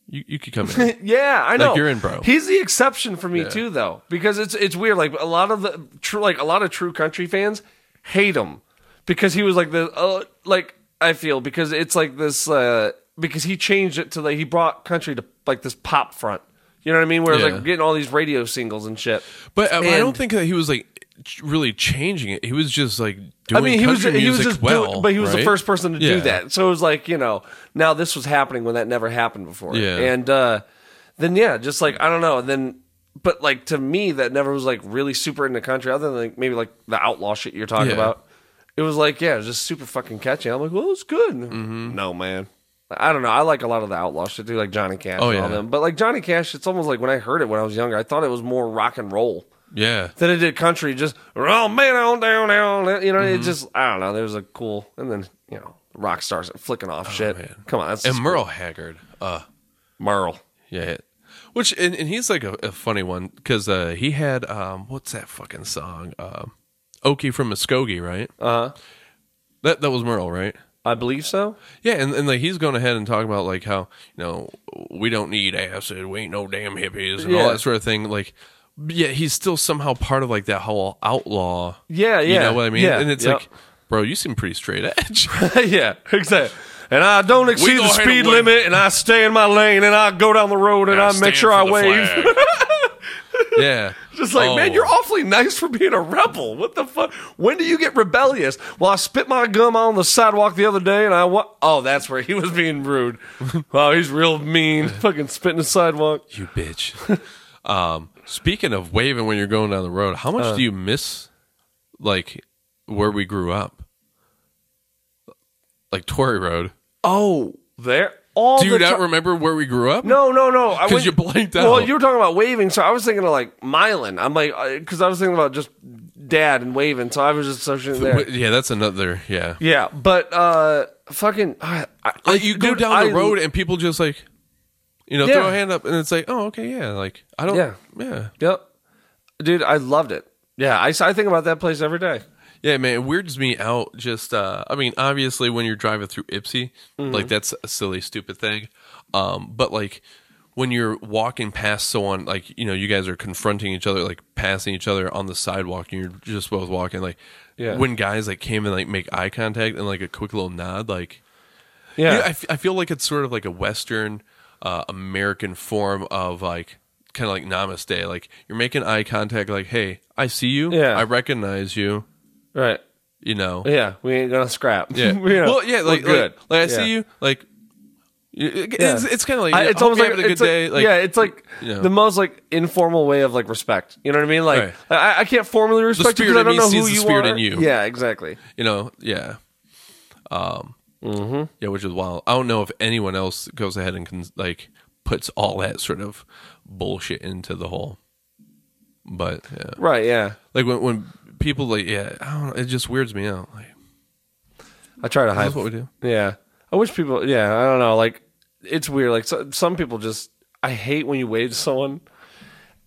you you could come in. Yeah, I know. you're in, bro. He's the exception for me too, though, because it's it's weird. Like a lot of the true, like a lot of true country fans hate him because he was like the uh, like I feel because it's like this uh because he changed it to like he brought country to like this pop front. You know what I mean? Where it's Yeah. like getting all these radio singles and shit. But um, I And- don't think that he was like ch- really changing it. He was just like I doing. mean, he was country he was music just well, doing, but he was the right? first person to Yeah. do that. So it was like you know, now this was happening when that never happened before. Yeah. and uh, then yeah, just like I don't know, and then but like to me that never was like really super in the country, other than like maybe like the outlaw shit you're talking Yeah. Mm-hmm. about. It was like yeah, it was just super fucking catchy. I'm like, well, it's good. No man, I don't know. I like a lot of the outlaw shit too, like Johnny Cash. Oh, and all yeah. them. But like Johnny Cash, it's almost like when I heard it when I was younger, I thought it was more rock and roll Yeah. than it did country. Just oh man, on down down. You know, Mm-hmm. it just I don't know. There's a cool and then you know rock stars flicking off shit. Oh, man. Come on, that's And just Merle Haggard. Uh, Merle. yeah. Which and, and he's like a, a funny one because uh, he had um, what's that fucking song? Um, Okie from Muskogee, right? Uh huh. That that was Merle, right? I believe so. Yeah, and, and like he's going ahead and talking about like how you know we don't need acid, we ain't no damn hippies, and all Yeah. that sort of thing. Like, yeah, he's still somehow part of like that whole outlaw. Yeah, yeah. You know what I mean? Yeah, and it's yep. like, bro, you seem pretty straight edge. yeah, exactly. And I don't exceed go the ahead speed and wave. limit, and I stay in my lane, and I go down the road, and, I make stand sure for I the wave. flag. yeah, Just like, man, Oh. you're awfully nice for being a rebel. What the fuck? When do you get rebellious? Well, I spit my gum on the sidewalk the other day, and I what? Oh, that's where he was being rude. wow, he's real mean. Fucking spitting the sidewalk. you bitch. um, speaking of waving when you're going down the road, how Uh. much do you miss like where we grew up, like Torrey Road? Oh, there. All Do you the not ti- remember where we grew up? No, no, no. I 'Cause went- you blanked Well, out. you were talking about waving, so I was thinking of like Mylan. I'm like, because I was thinking about just dad and waving, so I was just associating there. Wait, Yeah, that's another. Yeah, Yeah, but uh, fucking, I, I, like you go dude, down the I- road and people just like, you know, Yeah. throw a hand up and it's like, oh, okay, yeah, like I don't, Yeah. yeah, yeah, Yep, dude, I loved it. Yeah, I, I think about that place every day. man. It weirds me out. Just, uh, I mean, obviously when you're driving through Ipsy, Mm-hmm. like that's a silly, stupid thing. Um, but like when you're walking past someone, like you know, you guys are confronting each other, like passing each other on the sidewalk, and you're just both walking. Like Yeah. when guys like came and like make eye contact and like a quick little nod, like. Yeah, You know, I, f- I feel like it's sort of like a Western uh, American form of like kind of like namaste. Like you're making eye contact, like, hey, I see you. Yeah. I recognize you. right. You know. Yeah, we ain't gonna scrap. Yeah. You know, well, yeah. we're Like, good. like, like I Yeah. see you. Like, you- it- it's, it's kind of like I, it's almost like having a good it's day. Like, yeah, it's like you know. the most like informal way of like respect. You know what I mean? Like Right. I, I can't formally respect you spirit because I in don't me know who sees the you spirit are. in you. Yeah, exactly. you know, yeah. Mm-hmm. Um, yeah, which is wild. I don't know if anyone else goes ahead and can like puts all that sort of bullshit into the whole. But yeah. Right. Yeah. Like when when people like yeah, I don't know, it just weirds me out. Like I try to hide. that's what we do. Yeah. I wish people, yeah, I don't know. Like, it's weird. Like, so, some people just, I hate when you wave to someone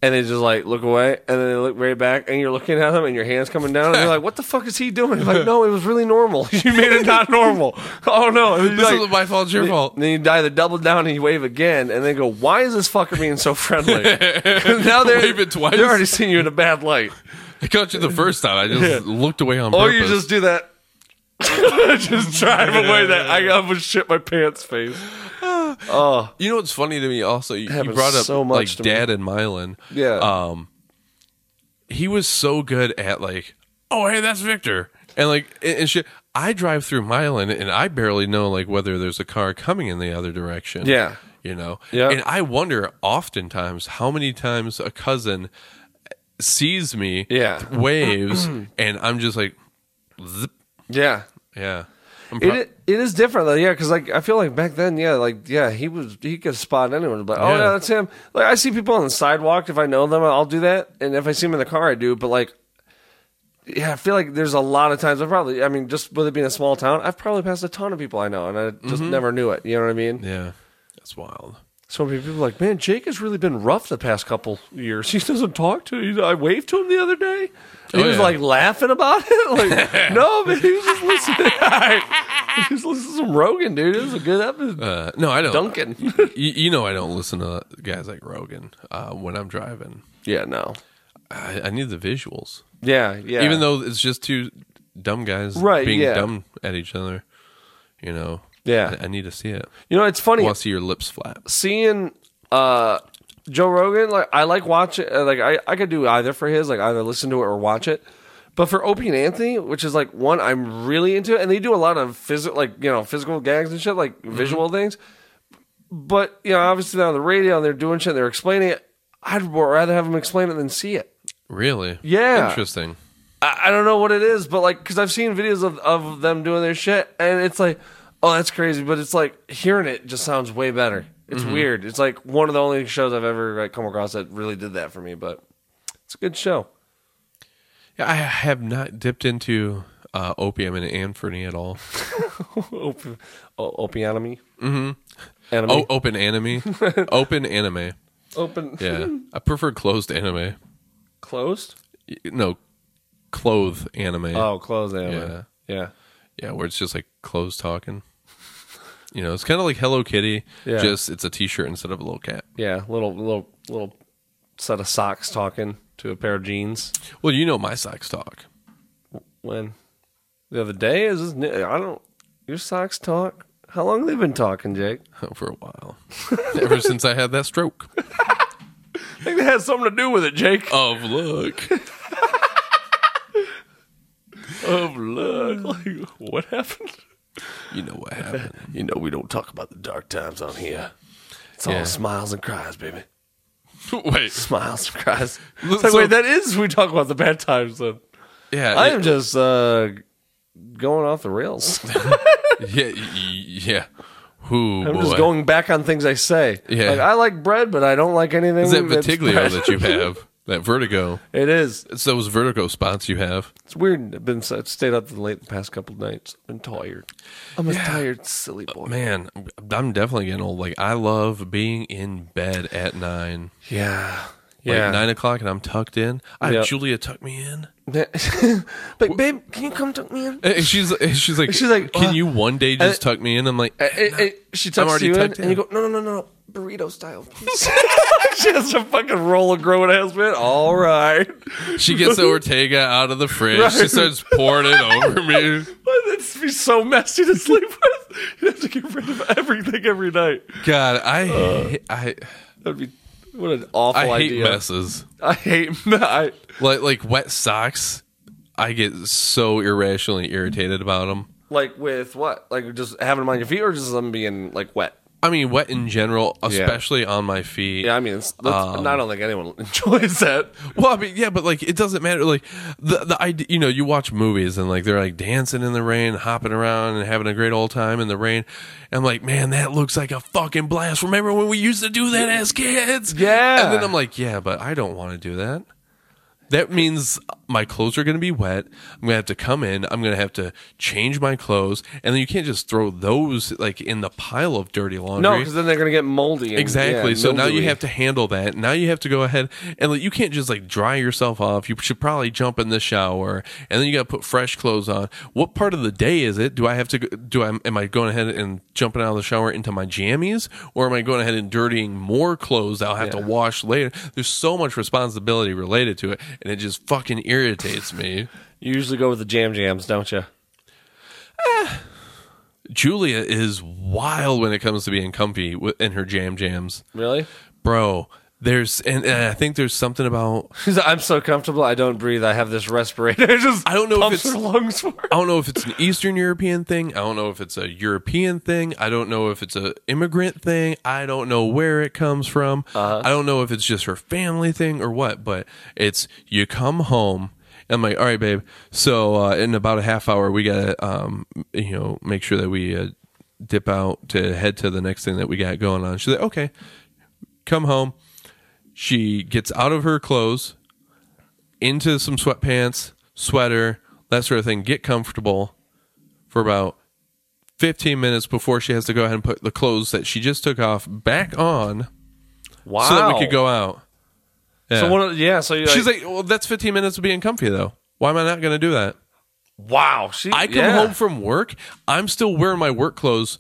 and they just like look away and then they look right back and you're looking at them and your hand's coming down and you're like, what the fuck is he doing? You're like, no, it was really normal. you made it not normal. oh, no. And then This you're is like- my fault. It's your fault. then you die the double down and you wave again and they go, why is this fucker being so friendly? 'Cause now they're, Wave it twice. they're already seeing you in a bad light. I caught you the first time. I just looked away on Or purpose. Oh, you just do that. just drive away that I almost shit my pants face. Oh. You know what's funny to me? Also, you, you happens brought up so much like to me. Dad and Mylan. Yeah. Um, he was so good at like, oh hey, that's Victor, and like and, and shit. I drive through Mylan and I barely know like whether there's a car coming in the other direction. Yeah. You know. Yeah. And I wonder oftentimes how many times a cousin sees me. Yeah. Waves and I'm just like, zip. Yeah. yeah. I'm It, pro- i- it is different though, yeah, because like I feel like back then, yeah, like yeah, he was he could spot anyone, but oh Yeah. yeah, that's him. Like I see people on the sidewalk if I know them, I'll do that, and if I see them in the car, I do. But like, yeah, I feel like there's a lot of times I probably, I mean, just with it being a small town, I've probably passed a ton of people I know, and I just Mm-hmm. never knew it. You know what I mean? yeah. That's wild. So many people are like, man, Jake has really been rough the past couple years. He doesn't talk to. He, I waved to him the other day. He Oh, was yeah. like laughing about it. Like, no, man, he was just listening. he was listening to some Rogan, dude. It was a good episode. Uh, no, I don't. Duncan. you, you know I don't listen to guys like Rogan uh, when I'm driving. yeah, no. I, I need the visuals, Yeah, yeah. even though it's just two dumb guys Right, being yeah. dumb at each other. You know. Yeah. I, I need to see it. you know, it's I funny want to see your lips flap. seeing uh, Joe Rogan. Like, I like watching. Like, I I could do either for his. Like, either listen to it or watch it. But for Opie and Anthony, which is like one I'm really into, and they do a lot of physical, like you know, physical gags and shit, like visual things. But you know, obviously they're on the radio and they're doing shit. They're explaining it. I'd rather have them explain it than see it. Really? Yeah. Interesting. I, I don't know what it is, but like, because I've seen videos of, of them doing their shit, and it's like, oh, that's crazy. But it's like hearing it just sounds way better. It's weird. It's like one of the only shows I've ever like, come across that really did that for me. But it's a good show. Yeah, I have not dipped into uh, opium and anfernee at all. Op- o- opionomy. Mm-hmm. Oh, open anime, open anime. open. Yeah, I prefer closed anime. Closed. Y- No, clothe anime. Oh, closed anime. Yeah. Yeah, where it's just like clothes talking. You know, it's kind of like Hello Kitty. Yeah. Just it's a T-shirt instead of a little cat. Yeah. Little little little set of socks talking to a pair of jeans. Well, you know my socks talk. When the other day is this, new- I don't your socks talk. How long have they been talking, Jake? for a while. Ever since I had that stroke I think that has something to do with it, Jake. of look. Of luck. Uh, Like what happened? You know what happened. You know we don't talk about the dark times on here. It's Yeah. all smiles and cries, baby. Wait. Smiles and cries. Look, It's like, so- wait, that is we talk about the bad times then. Yeah. I it- am just uh, going off the rails. yeah. y- y- Yeah. Who I'm boy. just going back on things I say. Yeah. Like, I like bread, but I don't like anything. Is that that's Vitiglio bread. that you have? That vertigo. It is. It's those vertigo spots you have. It's weird. I've been I've stayed up late the past couple of nights. I've been tired. I'm a tired, silly boy. Man, I'm definitely getting old. Like I love being in bed at nine. Yeah. Like Yeah. nine o'clock and I'm tucked in. I Yep. have Julia tuck me in. like, babe, can you come tuck me in? And she's and she's like She's like, Can "Uh, you one day just tuck me in? I'm like Eh, eh, eh, she tucks already you in, tucked and you go, in. no, no, no, no, no, burrito style. please." she has a fucking roll of growing ass man. All right. She gets the Ortega out of the fridge. She Right. starts pouring it over me. That'd be so messy to sleep with. You'd have to get rid of everything every night. God, I ha- I That'd be what an awful Uh, I hate idea. messes. I hate I, Like like wet socks. I get so irrationally irritated about them. like with what? Like just having them on your feet, or just them being like wet. I mean, wet in general, especially on my feet. Yeah, I mean, it's, that's- Um. I don't think anyone enjoys that. Well, I mean, yeah, but like it doesn't matter. Like the the idea, you know, you watch movies and like they're like dancing in the rain, hopping around, and having a great old time in the rain. And I'm like, man, that looks like a fucking blast. Remember when we used to do that as kids? Yeah. And then I'm like, yeah, but I don't want to do that. That means my clothes are going to be wet. I'm going to have to come in. I'm going to have to change my clothes, and then you can't just throw those like in the pile of dirty laundry. No, because then they're gonna get moldy. and- Exactly. yeah, so now you mildewy. have to handle that. Now you have to go ahead and like, you can't just like dry yourself off. You should probably jump in the shower and then you got to put fresh clothes on. What part of the day is it? Do I have to go- do I am I going ahead and jumping out of the shower into my jammies or am I going ahead and dirtying more clothes that I'll have to Yeah. wash later? There's so much responsibility related to it and it just fucking irritates me. You usually go with the jam jams, don't you? Julia is wild when it comes to being comfy with- in her jam jams. Really? Bro, there's and, and I think there's something about She's like, I'm so comfortable. I don't breathe. I have this respirator. It just I don't know if pumps it's- her lungs for. it. I don't know if it's an Eastern European thing. I don't know if it's a European thing. I don't know if it's a immigrant thing. I don't know where it comes from. I don't know if it's just her family thing or what. But it's you come home. And I'm like, all right, babe. So uh, in about a half hour, we gotta, um, you know, make sure that we uh, dip out to head to the next thing that we got going on. She's like, okay, come home. She gets out of her clothes, into some sweatpants, sweater, that sort of thing, get comfortable for about 15 minutes before she has to go ahead and put the clothes that she just took off back on Wow. so that we could go out. Yeah. So one of- yeah. So you're She's like, well, that's 15 minutes of being comfy, though. Why am I not going to do that? wow. She. I come yeah. home from work. I'm still wearing my work clothes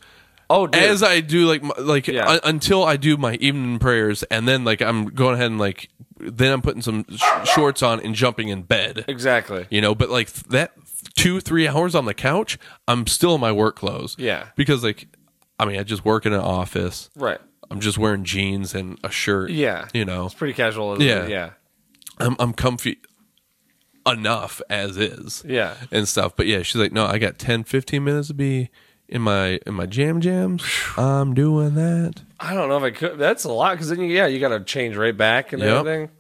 Oh, dude. as I do like my, like Yeah. un- until I do my evening prayers, and then like I'm going ahead and like then I'm putting some sh- shorts on and jumping in bed. exactly. you know but like th- that two three hours on the couch i'm still in my work clothes Yeah. because like i mean i just work in an office Right. i'm just wearing jeans and a shirt Yeah. you know It's pretty casual. Isn't Yeah. It? Yeah. i'm, I'm comfy enough as is Yeah. and stuff but yeah she's like no i got 10 15 minutes to be in my in my jam jams i'm doing that I don't know if I could. That's a lot because then you, yeah, you got to change right back and Yep. everything.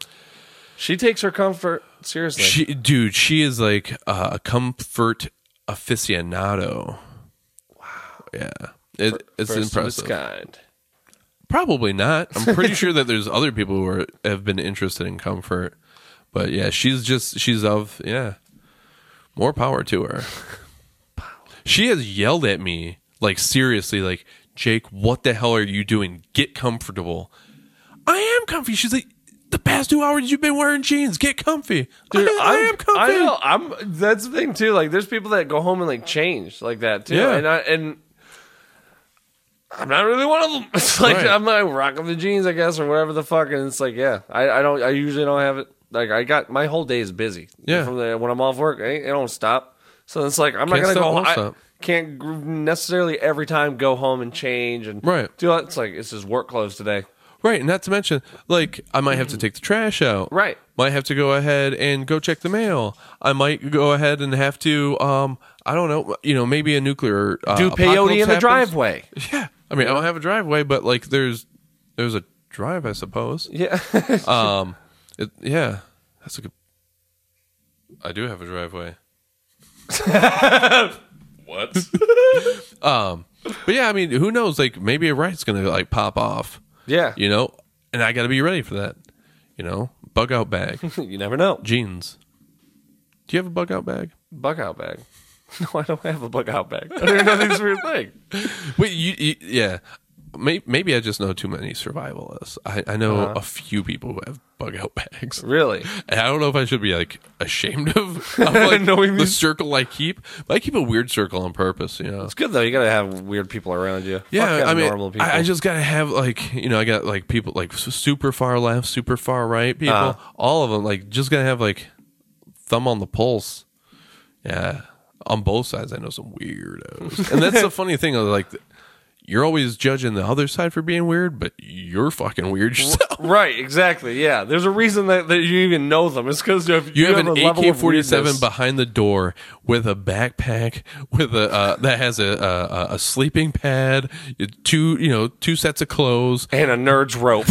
She takes her comfort seriously. she dude she is like a comfort aficionado wow Yeah. It, First it's of its impressive. kind. Probably not. I'm pretty sure that there's other people who are, have been interested in comfort, but yeah, she's just she's of yeah, more power to her. She has yelled at me like seriously, like Jake, what the hell are you doing? Get comfortable. I am comfy. She's like, the past two hours you've been wearing jeans. Get comfy. Dude, I, I I'm- am comfy. I know. I'm. That's the thing too. Like, there's people that go home and like change like that too. Yeah. And I, and I'm not really one of them. It's like Right. I'm like rocking the jeans, I guess, or whatever the fuck. And it's like, yeah, I, I don't. I usually don't have it. Like, I got my whole day is busy. Yeah. From the, when I'm off work, I, ain't- it don't stop. So it's like I'm not Can't gonna stop, go. won't I stop. can't gr- necessarily every time go home and change and Right. do all- It's like it's just work clothes today. Right, not to mention, like, I might have to take the trash out. Right. Might have to go ahead and go check the mail. I might go ahead and have to, um, I don't know, you know, maybe a nuclear uh, Do peyote in apocalypse the happens. driveway. Yeah, I mean, I don't have a driveway, but like, there's there's a drive, I suppose. Yeah. Um, it, yeah, that's a good. I do have a driveway. what? But yeah, I mean, who knows? Like, maybe a riot's gonna like pop off. Yeah. You know, and I got to be ready for that. You know, bug out bag. you never know. jeans. Do you have a bug out bag? bug out bag. No, I don't have a bug out bag. I don't even know this weird thing. Wait, you, you yeah. May- Maybe I just know too many survivalists. I, I know a few people who have bug out bags. Really? And I don't know if I should be like ashamed of, of like, Knowing the these- circle I keep. But I keep a weird circle on purpose, you know. It's good though. You gotta have weird people around you. Fuck Yeah, them I mean, normal people. I, I just gotta have like you know, I got like people like s- super far left, super far right people, Uh-huh. all of them. Like just gotta have like thumb on the pulse. Yeah, on both sides, I know some weirdos, and that's the funny thing. of, Like, you're always judging the other side for being weird, but you're fucking weird yourself. right, exactly. Yeah, there's a reason that, that you even know them. It's because you have, You have, a an level AK of forty seven weirdness. behind the door with a backpack with a uh, that has a, a a- a sleeping pad, two you know two sets of clothes, and a nerd's rope.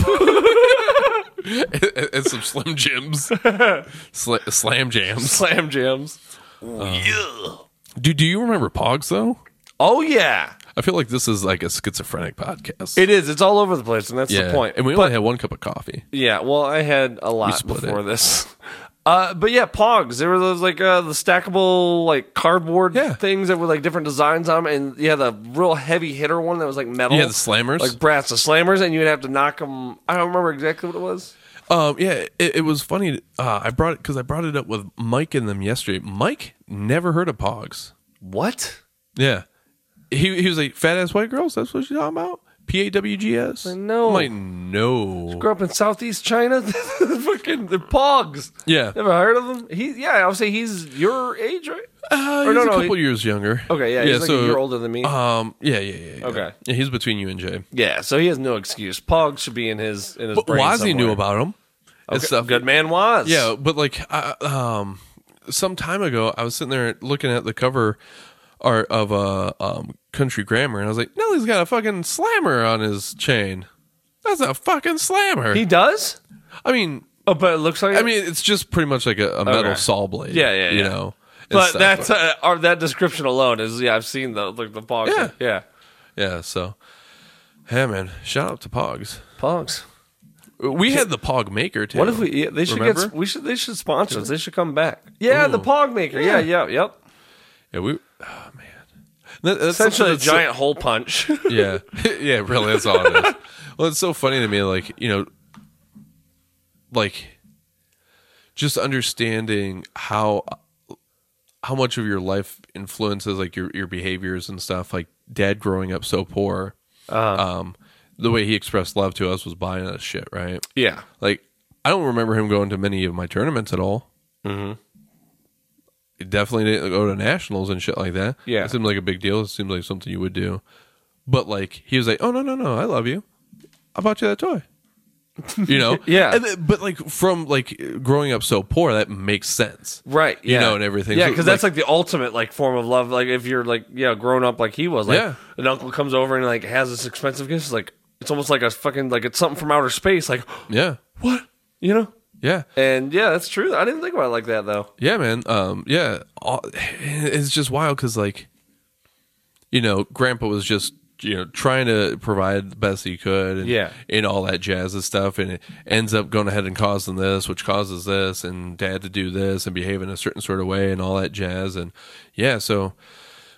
and, and some slim jims, Sla- slam jams. Slam jams. Do Do you remember Pogs though? Oh yeah, I feel like this is like a schizophrenic podcast. it is. It's all over the place, and that's the point. And we But- only had one cup of coffee. Yeah, well, I had a lot split before this. Uh, but yeah, Pogs. There were those like uh, the stackable like cardboard Yeah. things that were like different designs on them, and you had the real heavy hitter one that was like metal. Yeah, the slammers. like brass, the slammers, and you'd have to knock them. I don't remember exactly what it was. um, yeah, it, it was funny. Uh, I brought it because I brought it up with Mike and them yesterday. Mike never heard of Pogs. What? Yeah, he he was like fat ass white girls. That's what you're talking about. P A W G S. know. I'm like no. Grew up in Southeast China. Fucking the Pogs. Yeah. Never heard of them. He, yeah, I would say he's your age, right? Uh, Or he's no, a no, couple he- years younger. Okay, yeah, he's like a year older than me. Um, yeah, yeah, yeah, yeah. Okay. yeah, he's between you and Jay. yeah, so he has no excuse. Pogs should be in his in his. But brain Wozzy somewhere. knew about him and Okay, stuff. Good man was. Yeah, but like I, um, some time ago, I was sitting there looking at the cover art of a um, country grammar, and I was like, Nelly's got a fucking slammer on his chain. That's a fucking slammer. he does. I mean, Oh, but it looks like. I mean, it's just pretty much like a, a metal Okay. saw blade. Yeah, yeah, you yeah. know. and but stuff. that's uh, or that description alone is yeah. I've seen the like the pogs. Yeah. yeah, yeah. So, yeah, man, shout out to Pogs. pogs. We had the Pog maker too. What if we? Yeah, they should get. Remember? We should. They should sponsor us. They should come back. Yeah, the pog maker. Yeah, yeah, yep. Yeah, we. Oh man, That- that's something Essentially a that's so- giant hole punch. yeah, yeah, really, that's all it is. Well, it's so funny to me, like you know, like just understanding how how much of your life influences like your your behaviors and stuff. Like dad growing up so poor, Uh, um, the way he expressed love to us was buying us shit, right? yeah, Like I don't remember him going to many of my tournaments at all. Mm-hmm. He definitely didn't go to nationals and shit like that. Yeah. it seemed like a big deal. It seemed like something you would do. But like he was like, "Oh no no no, I love you. I bought you that toy." You know, Yeah. And th- but like from like growing up so poor, that makes sense, right. Yeah. You know, and everything. Yeah, So, because that's like the ultimate like form of love. Like if you're like yeah, grown up like he was. Like Yeah. an uncle comes over and like has this expensive gift. It's like it's almost like a fucking like it's something from outer space. Like yeah, what you know. yeah. And yeah, that's true. I didn't think about it like that though. Yeah, man. Um, yeah, All- it's just wild because like you know, Grandpa was just you know trying to provide the best he could, and, Yeah. and all that jazz and stuff, and it ends up going ahead and causing this, which causes this, and Dad to do this and behave in a certain sort of way, and all that jazz, and yeah, so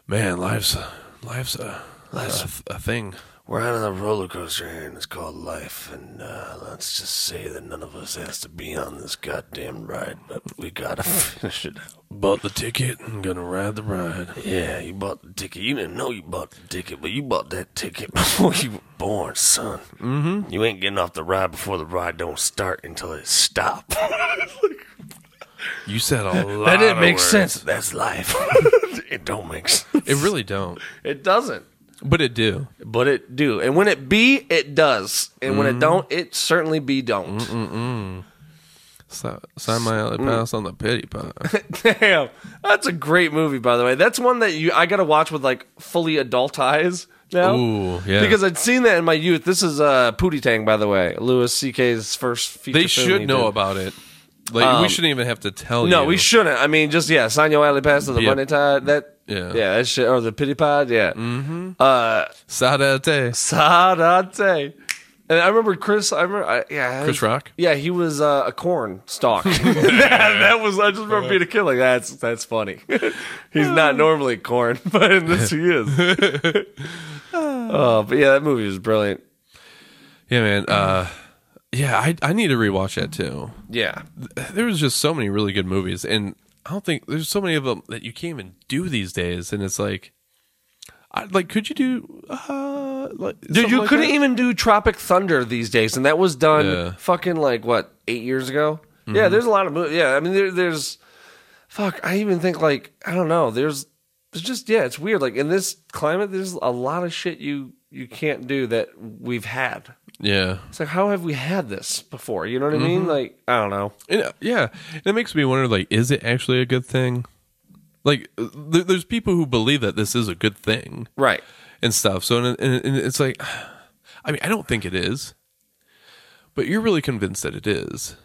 man, life's life's a life's a, a thing. We're on a roller coaster here, and it's called life. And uh, let's just say that none of us has to be on this goddamn ride, but we gotta finish it out. Bought the ticket and gonna ride the ride. Yeah, you bought the ticket. You didn't know you bought the ticket, but you bought that ticket before you were born, son. Mm-hmm. You ain't getting off the ride before the ride don't start until it stop. You said a lot. That of didn't make words. sense. That's life. it don't make sense. It really don't, It doesn't. but it do. But it do. And when it be, it does. And when Mm-hmm. it don't, it certainly be don't. So, sign my alley Mm. pass on the pity pot. Damn, that's a great movie, by the way. That's one that you I gotta watch with like fully adult eyes now. Ooh, yeah. Because I'd seen that in my youth. This is uh, Pootie Tang, by the way. Louis C.K.'s first feature. They film he should know did. Um, about it. Like we shouldn't even have to tell you. No, we shouldn't. I mean, just yeah, sign your alley pass to the Yeah. bunny tide. That Yeah. yeah, that shit or the pity pod. Yeah, mm-hmm. uh, Sadate. Sadate. And I remember Chris. I remember I, yeah, Chris Rock? Yeah, he was uh, a corn stalk. that, that was. I just remember being a kid like that's that's funny. He's not normally corn, but in this he is. oh, but yeah, that movie was brilliant. Yeah, man. Uh, yeah, I I need to rewatch that too. Yeah, There was just so many really good movies, and I don't think there's so many of them that you can't even do these days. And it's like, I like, could you do? Uh, like, dude, something you like couldn't that? even do Tropic Thunder these days, and that was done Yeah. Mm-hmm. fucking like what eight years ago. Yeah, there's a lot of movies. Yeah, I mean there, there's fuck. I even think like I don't know. There's it's just yeah, it's weird. Like in this climate, there's a lot of shit you you can't do that we've had. Yeah, It's like, how have we had this before? You know what I mean? Like, I don't know. And, uh, yeah, and it makes me wonder like, is it actually a good thing? Like, uh, there- there's people who believe that this is a good thing. Right. and stuff. So and, and, and it's like, I mean, I don't think it is, but you're really convinced that it is.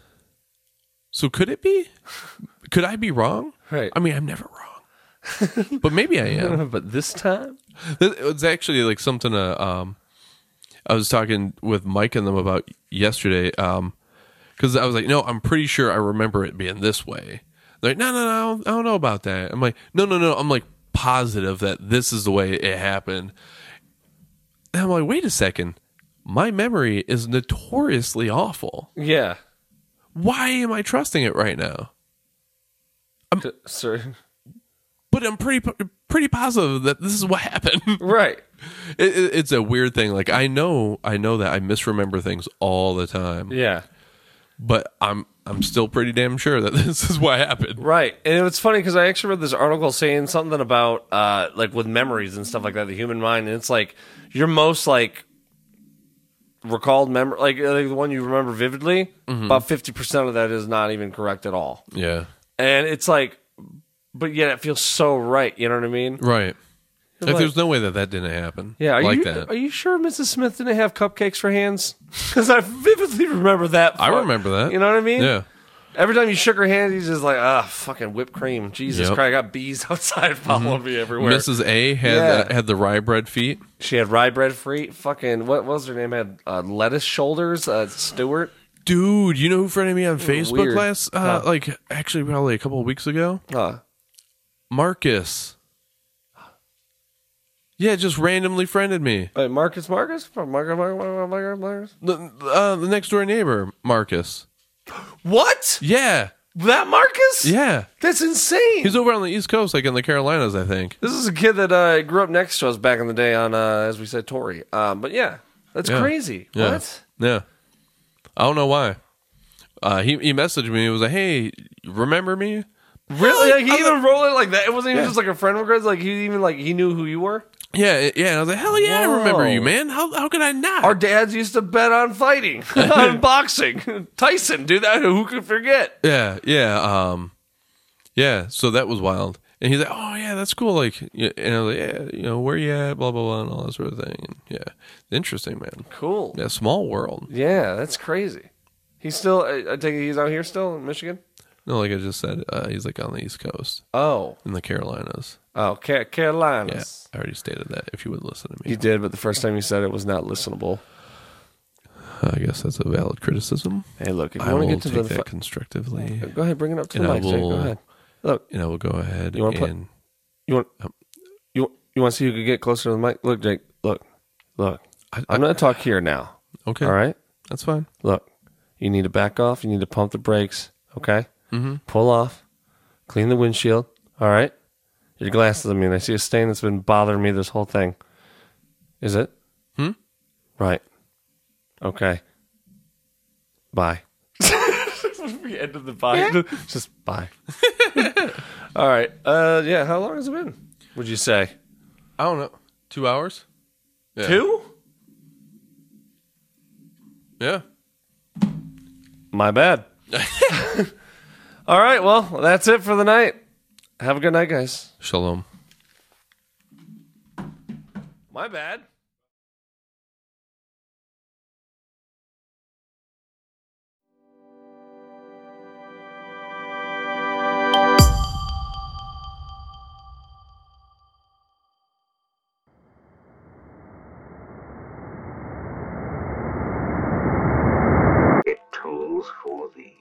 So could it be? Could I be wrong? Right. I mean, I'm never wrong, but maybe I am. but this time? Th- It's actually like something uh, um, I was talking with Mike and them about yesterday. Um, because I was like, no, I'm pretty sure I remember it being this way. They're like, no, no, no, I don't, I don't know about that. I'm like, no, no, no. I'm like positive that this is the way it happened. And I'm like, wait a second. My memory is notoriously awful. Yeah. Why am I trusting it right now? D- sir. But I'm pretty pretty positive that this is what happened. Right. it, it- it's a weird thing. Like I know, I know that I misremember things all the time, Yeah. but I'm I'm still pretty damn sure that this is what happened. Right. And it was funny because I actually read this article saying something about, uh, like, with memories and stuff like that, the human mind. And it's like, your most, like, recalled memory, like, uh, like the one you remember vividly, Mm-hmm. about 50% of that is not even correct at all. Yeah, And it's like, but yet it feels so right. You know what I mean? right. Like, like- there's no way that that didn't happen. Yeah, are like you that. are you sure Mrs. Smith didn't have cupcakes for hands? Because I vividly remember that. I fuck- remember that. You know what I mean? yeah, Every time you shook her hand, he's just like, ah, fucking whipped cream. Jesus Yep. Mm-hmm. Christ, I got bees outside following me everywhere. Mrs. A had Yeah. the, had the rye bread feet. she had rye bread free. Fucking what, what was her name? Had uh, lettuce shoulders. Uh, Stewart. Dude, you know who friended me on Facebook Mm, Weird. last? Uh, Like actually, probably a couple of weeks ago. Uh, Marcus. Yeah, just randomly friended me. wait, Marcus, Marcus, Marcus, Marcus, Marcus, Marcus. The, uh, the next door neighbor, Marcus. What? Yeah, That Marcus? yeah. that's insane. He's over on the East Coast, like in the Carolinas, I think. This is a kid that uh, grew up next to us back in the day on, uh, as we said, Tory. Um, but yeah, that's Yeah. crazy. Yeah. What? Yeah. I don't know why. Uh, he he messaged me. He was like, "Hey, remember me?" Really? Like, he I'm even rolled it like that. It wasn't even Yeah. just like a friend regrets. Like he even like he knew who you were. Yeah, it- yeah. And I was like, "Hell yeah, I remember Whoa. you, man. How how could I not?" Our dads used to bet on fighting, on boxing. Tyson, dude, that who could forget? yeah, yeah, um, yeah. So that was wild. And he's like, "Oh yeah, that's cool." Like, yeah, and I was like, "Yeah, you know, where you at?" Blah blah blah, and all that sort of thing. And yeah, interesting, man. Cool. Yeah, small world. Yeah, that's crazy. He's still. I I take it he's out here still in Michigan. No, like I just said, uh, he's like on the East Coast Oh, in the Carolinas. Oh, Car- Yeah, Carolinas. I already stated that. If you would listen to You me, did, but the first time you said it was not listenable. I guess that's a valid criticism. Hey, look, if you I want will to get to take the. that fu- constructively, Go ahead, bring it up to and the I mic. Jake. Go will- ahead. Look, and I will go ahead You wanna put- and you want you you want to see who could get closer to the mic? Look, Jake. Look, look. I- I'm going to talk here now. okay, All right. that's fine. Look, you need to back off. You need to pump the brakes. Okay. Mm-hmm. Pull off. Clean the windshield. All right. Your glasses. I mean, I see a stain that's been bothering me this whole thing. Is it? Hmm? Right. Okay. Bye. we ended the bye. Just bye. All right. Uh, yeah. How long has it been? Would you say? I don't know, two hours. Yeah. Two? Yeah. My bad. All right, well, that's it for the night. Have a good night, guys. Shalom. My bad. It tolls for thee.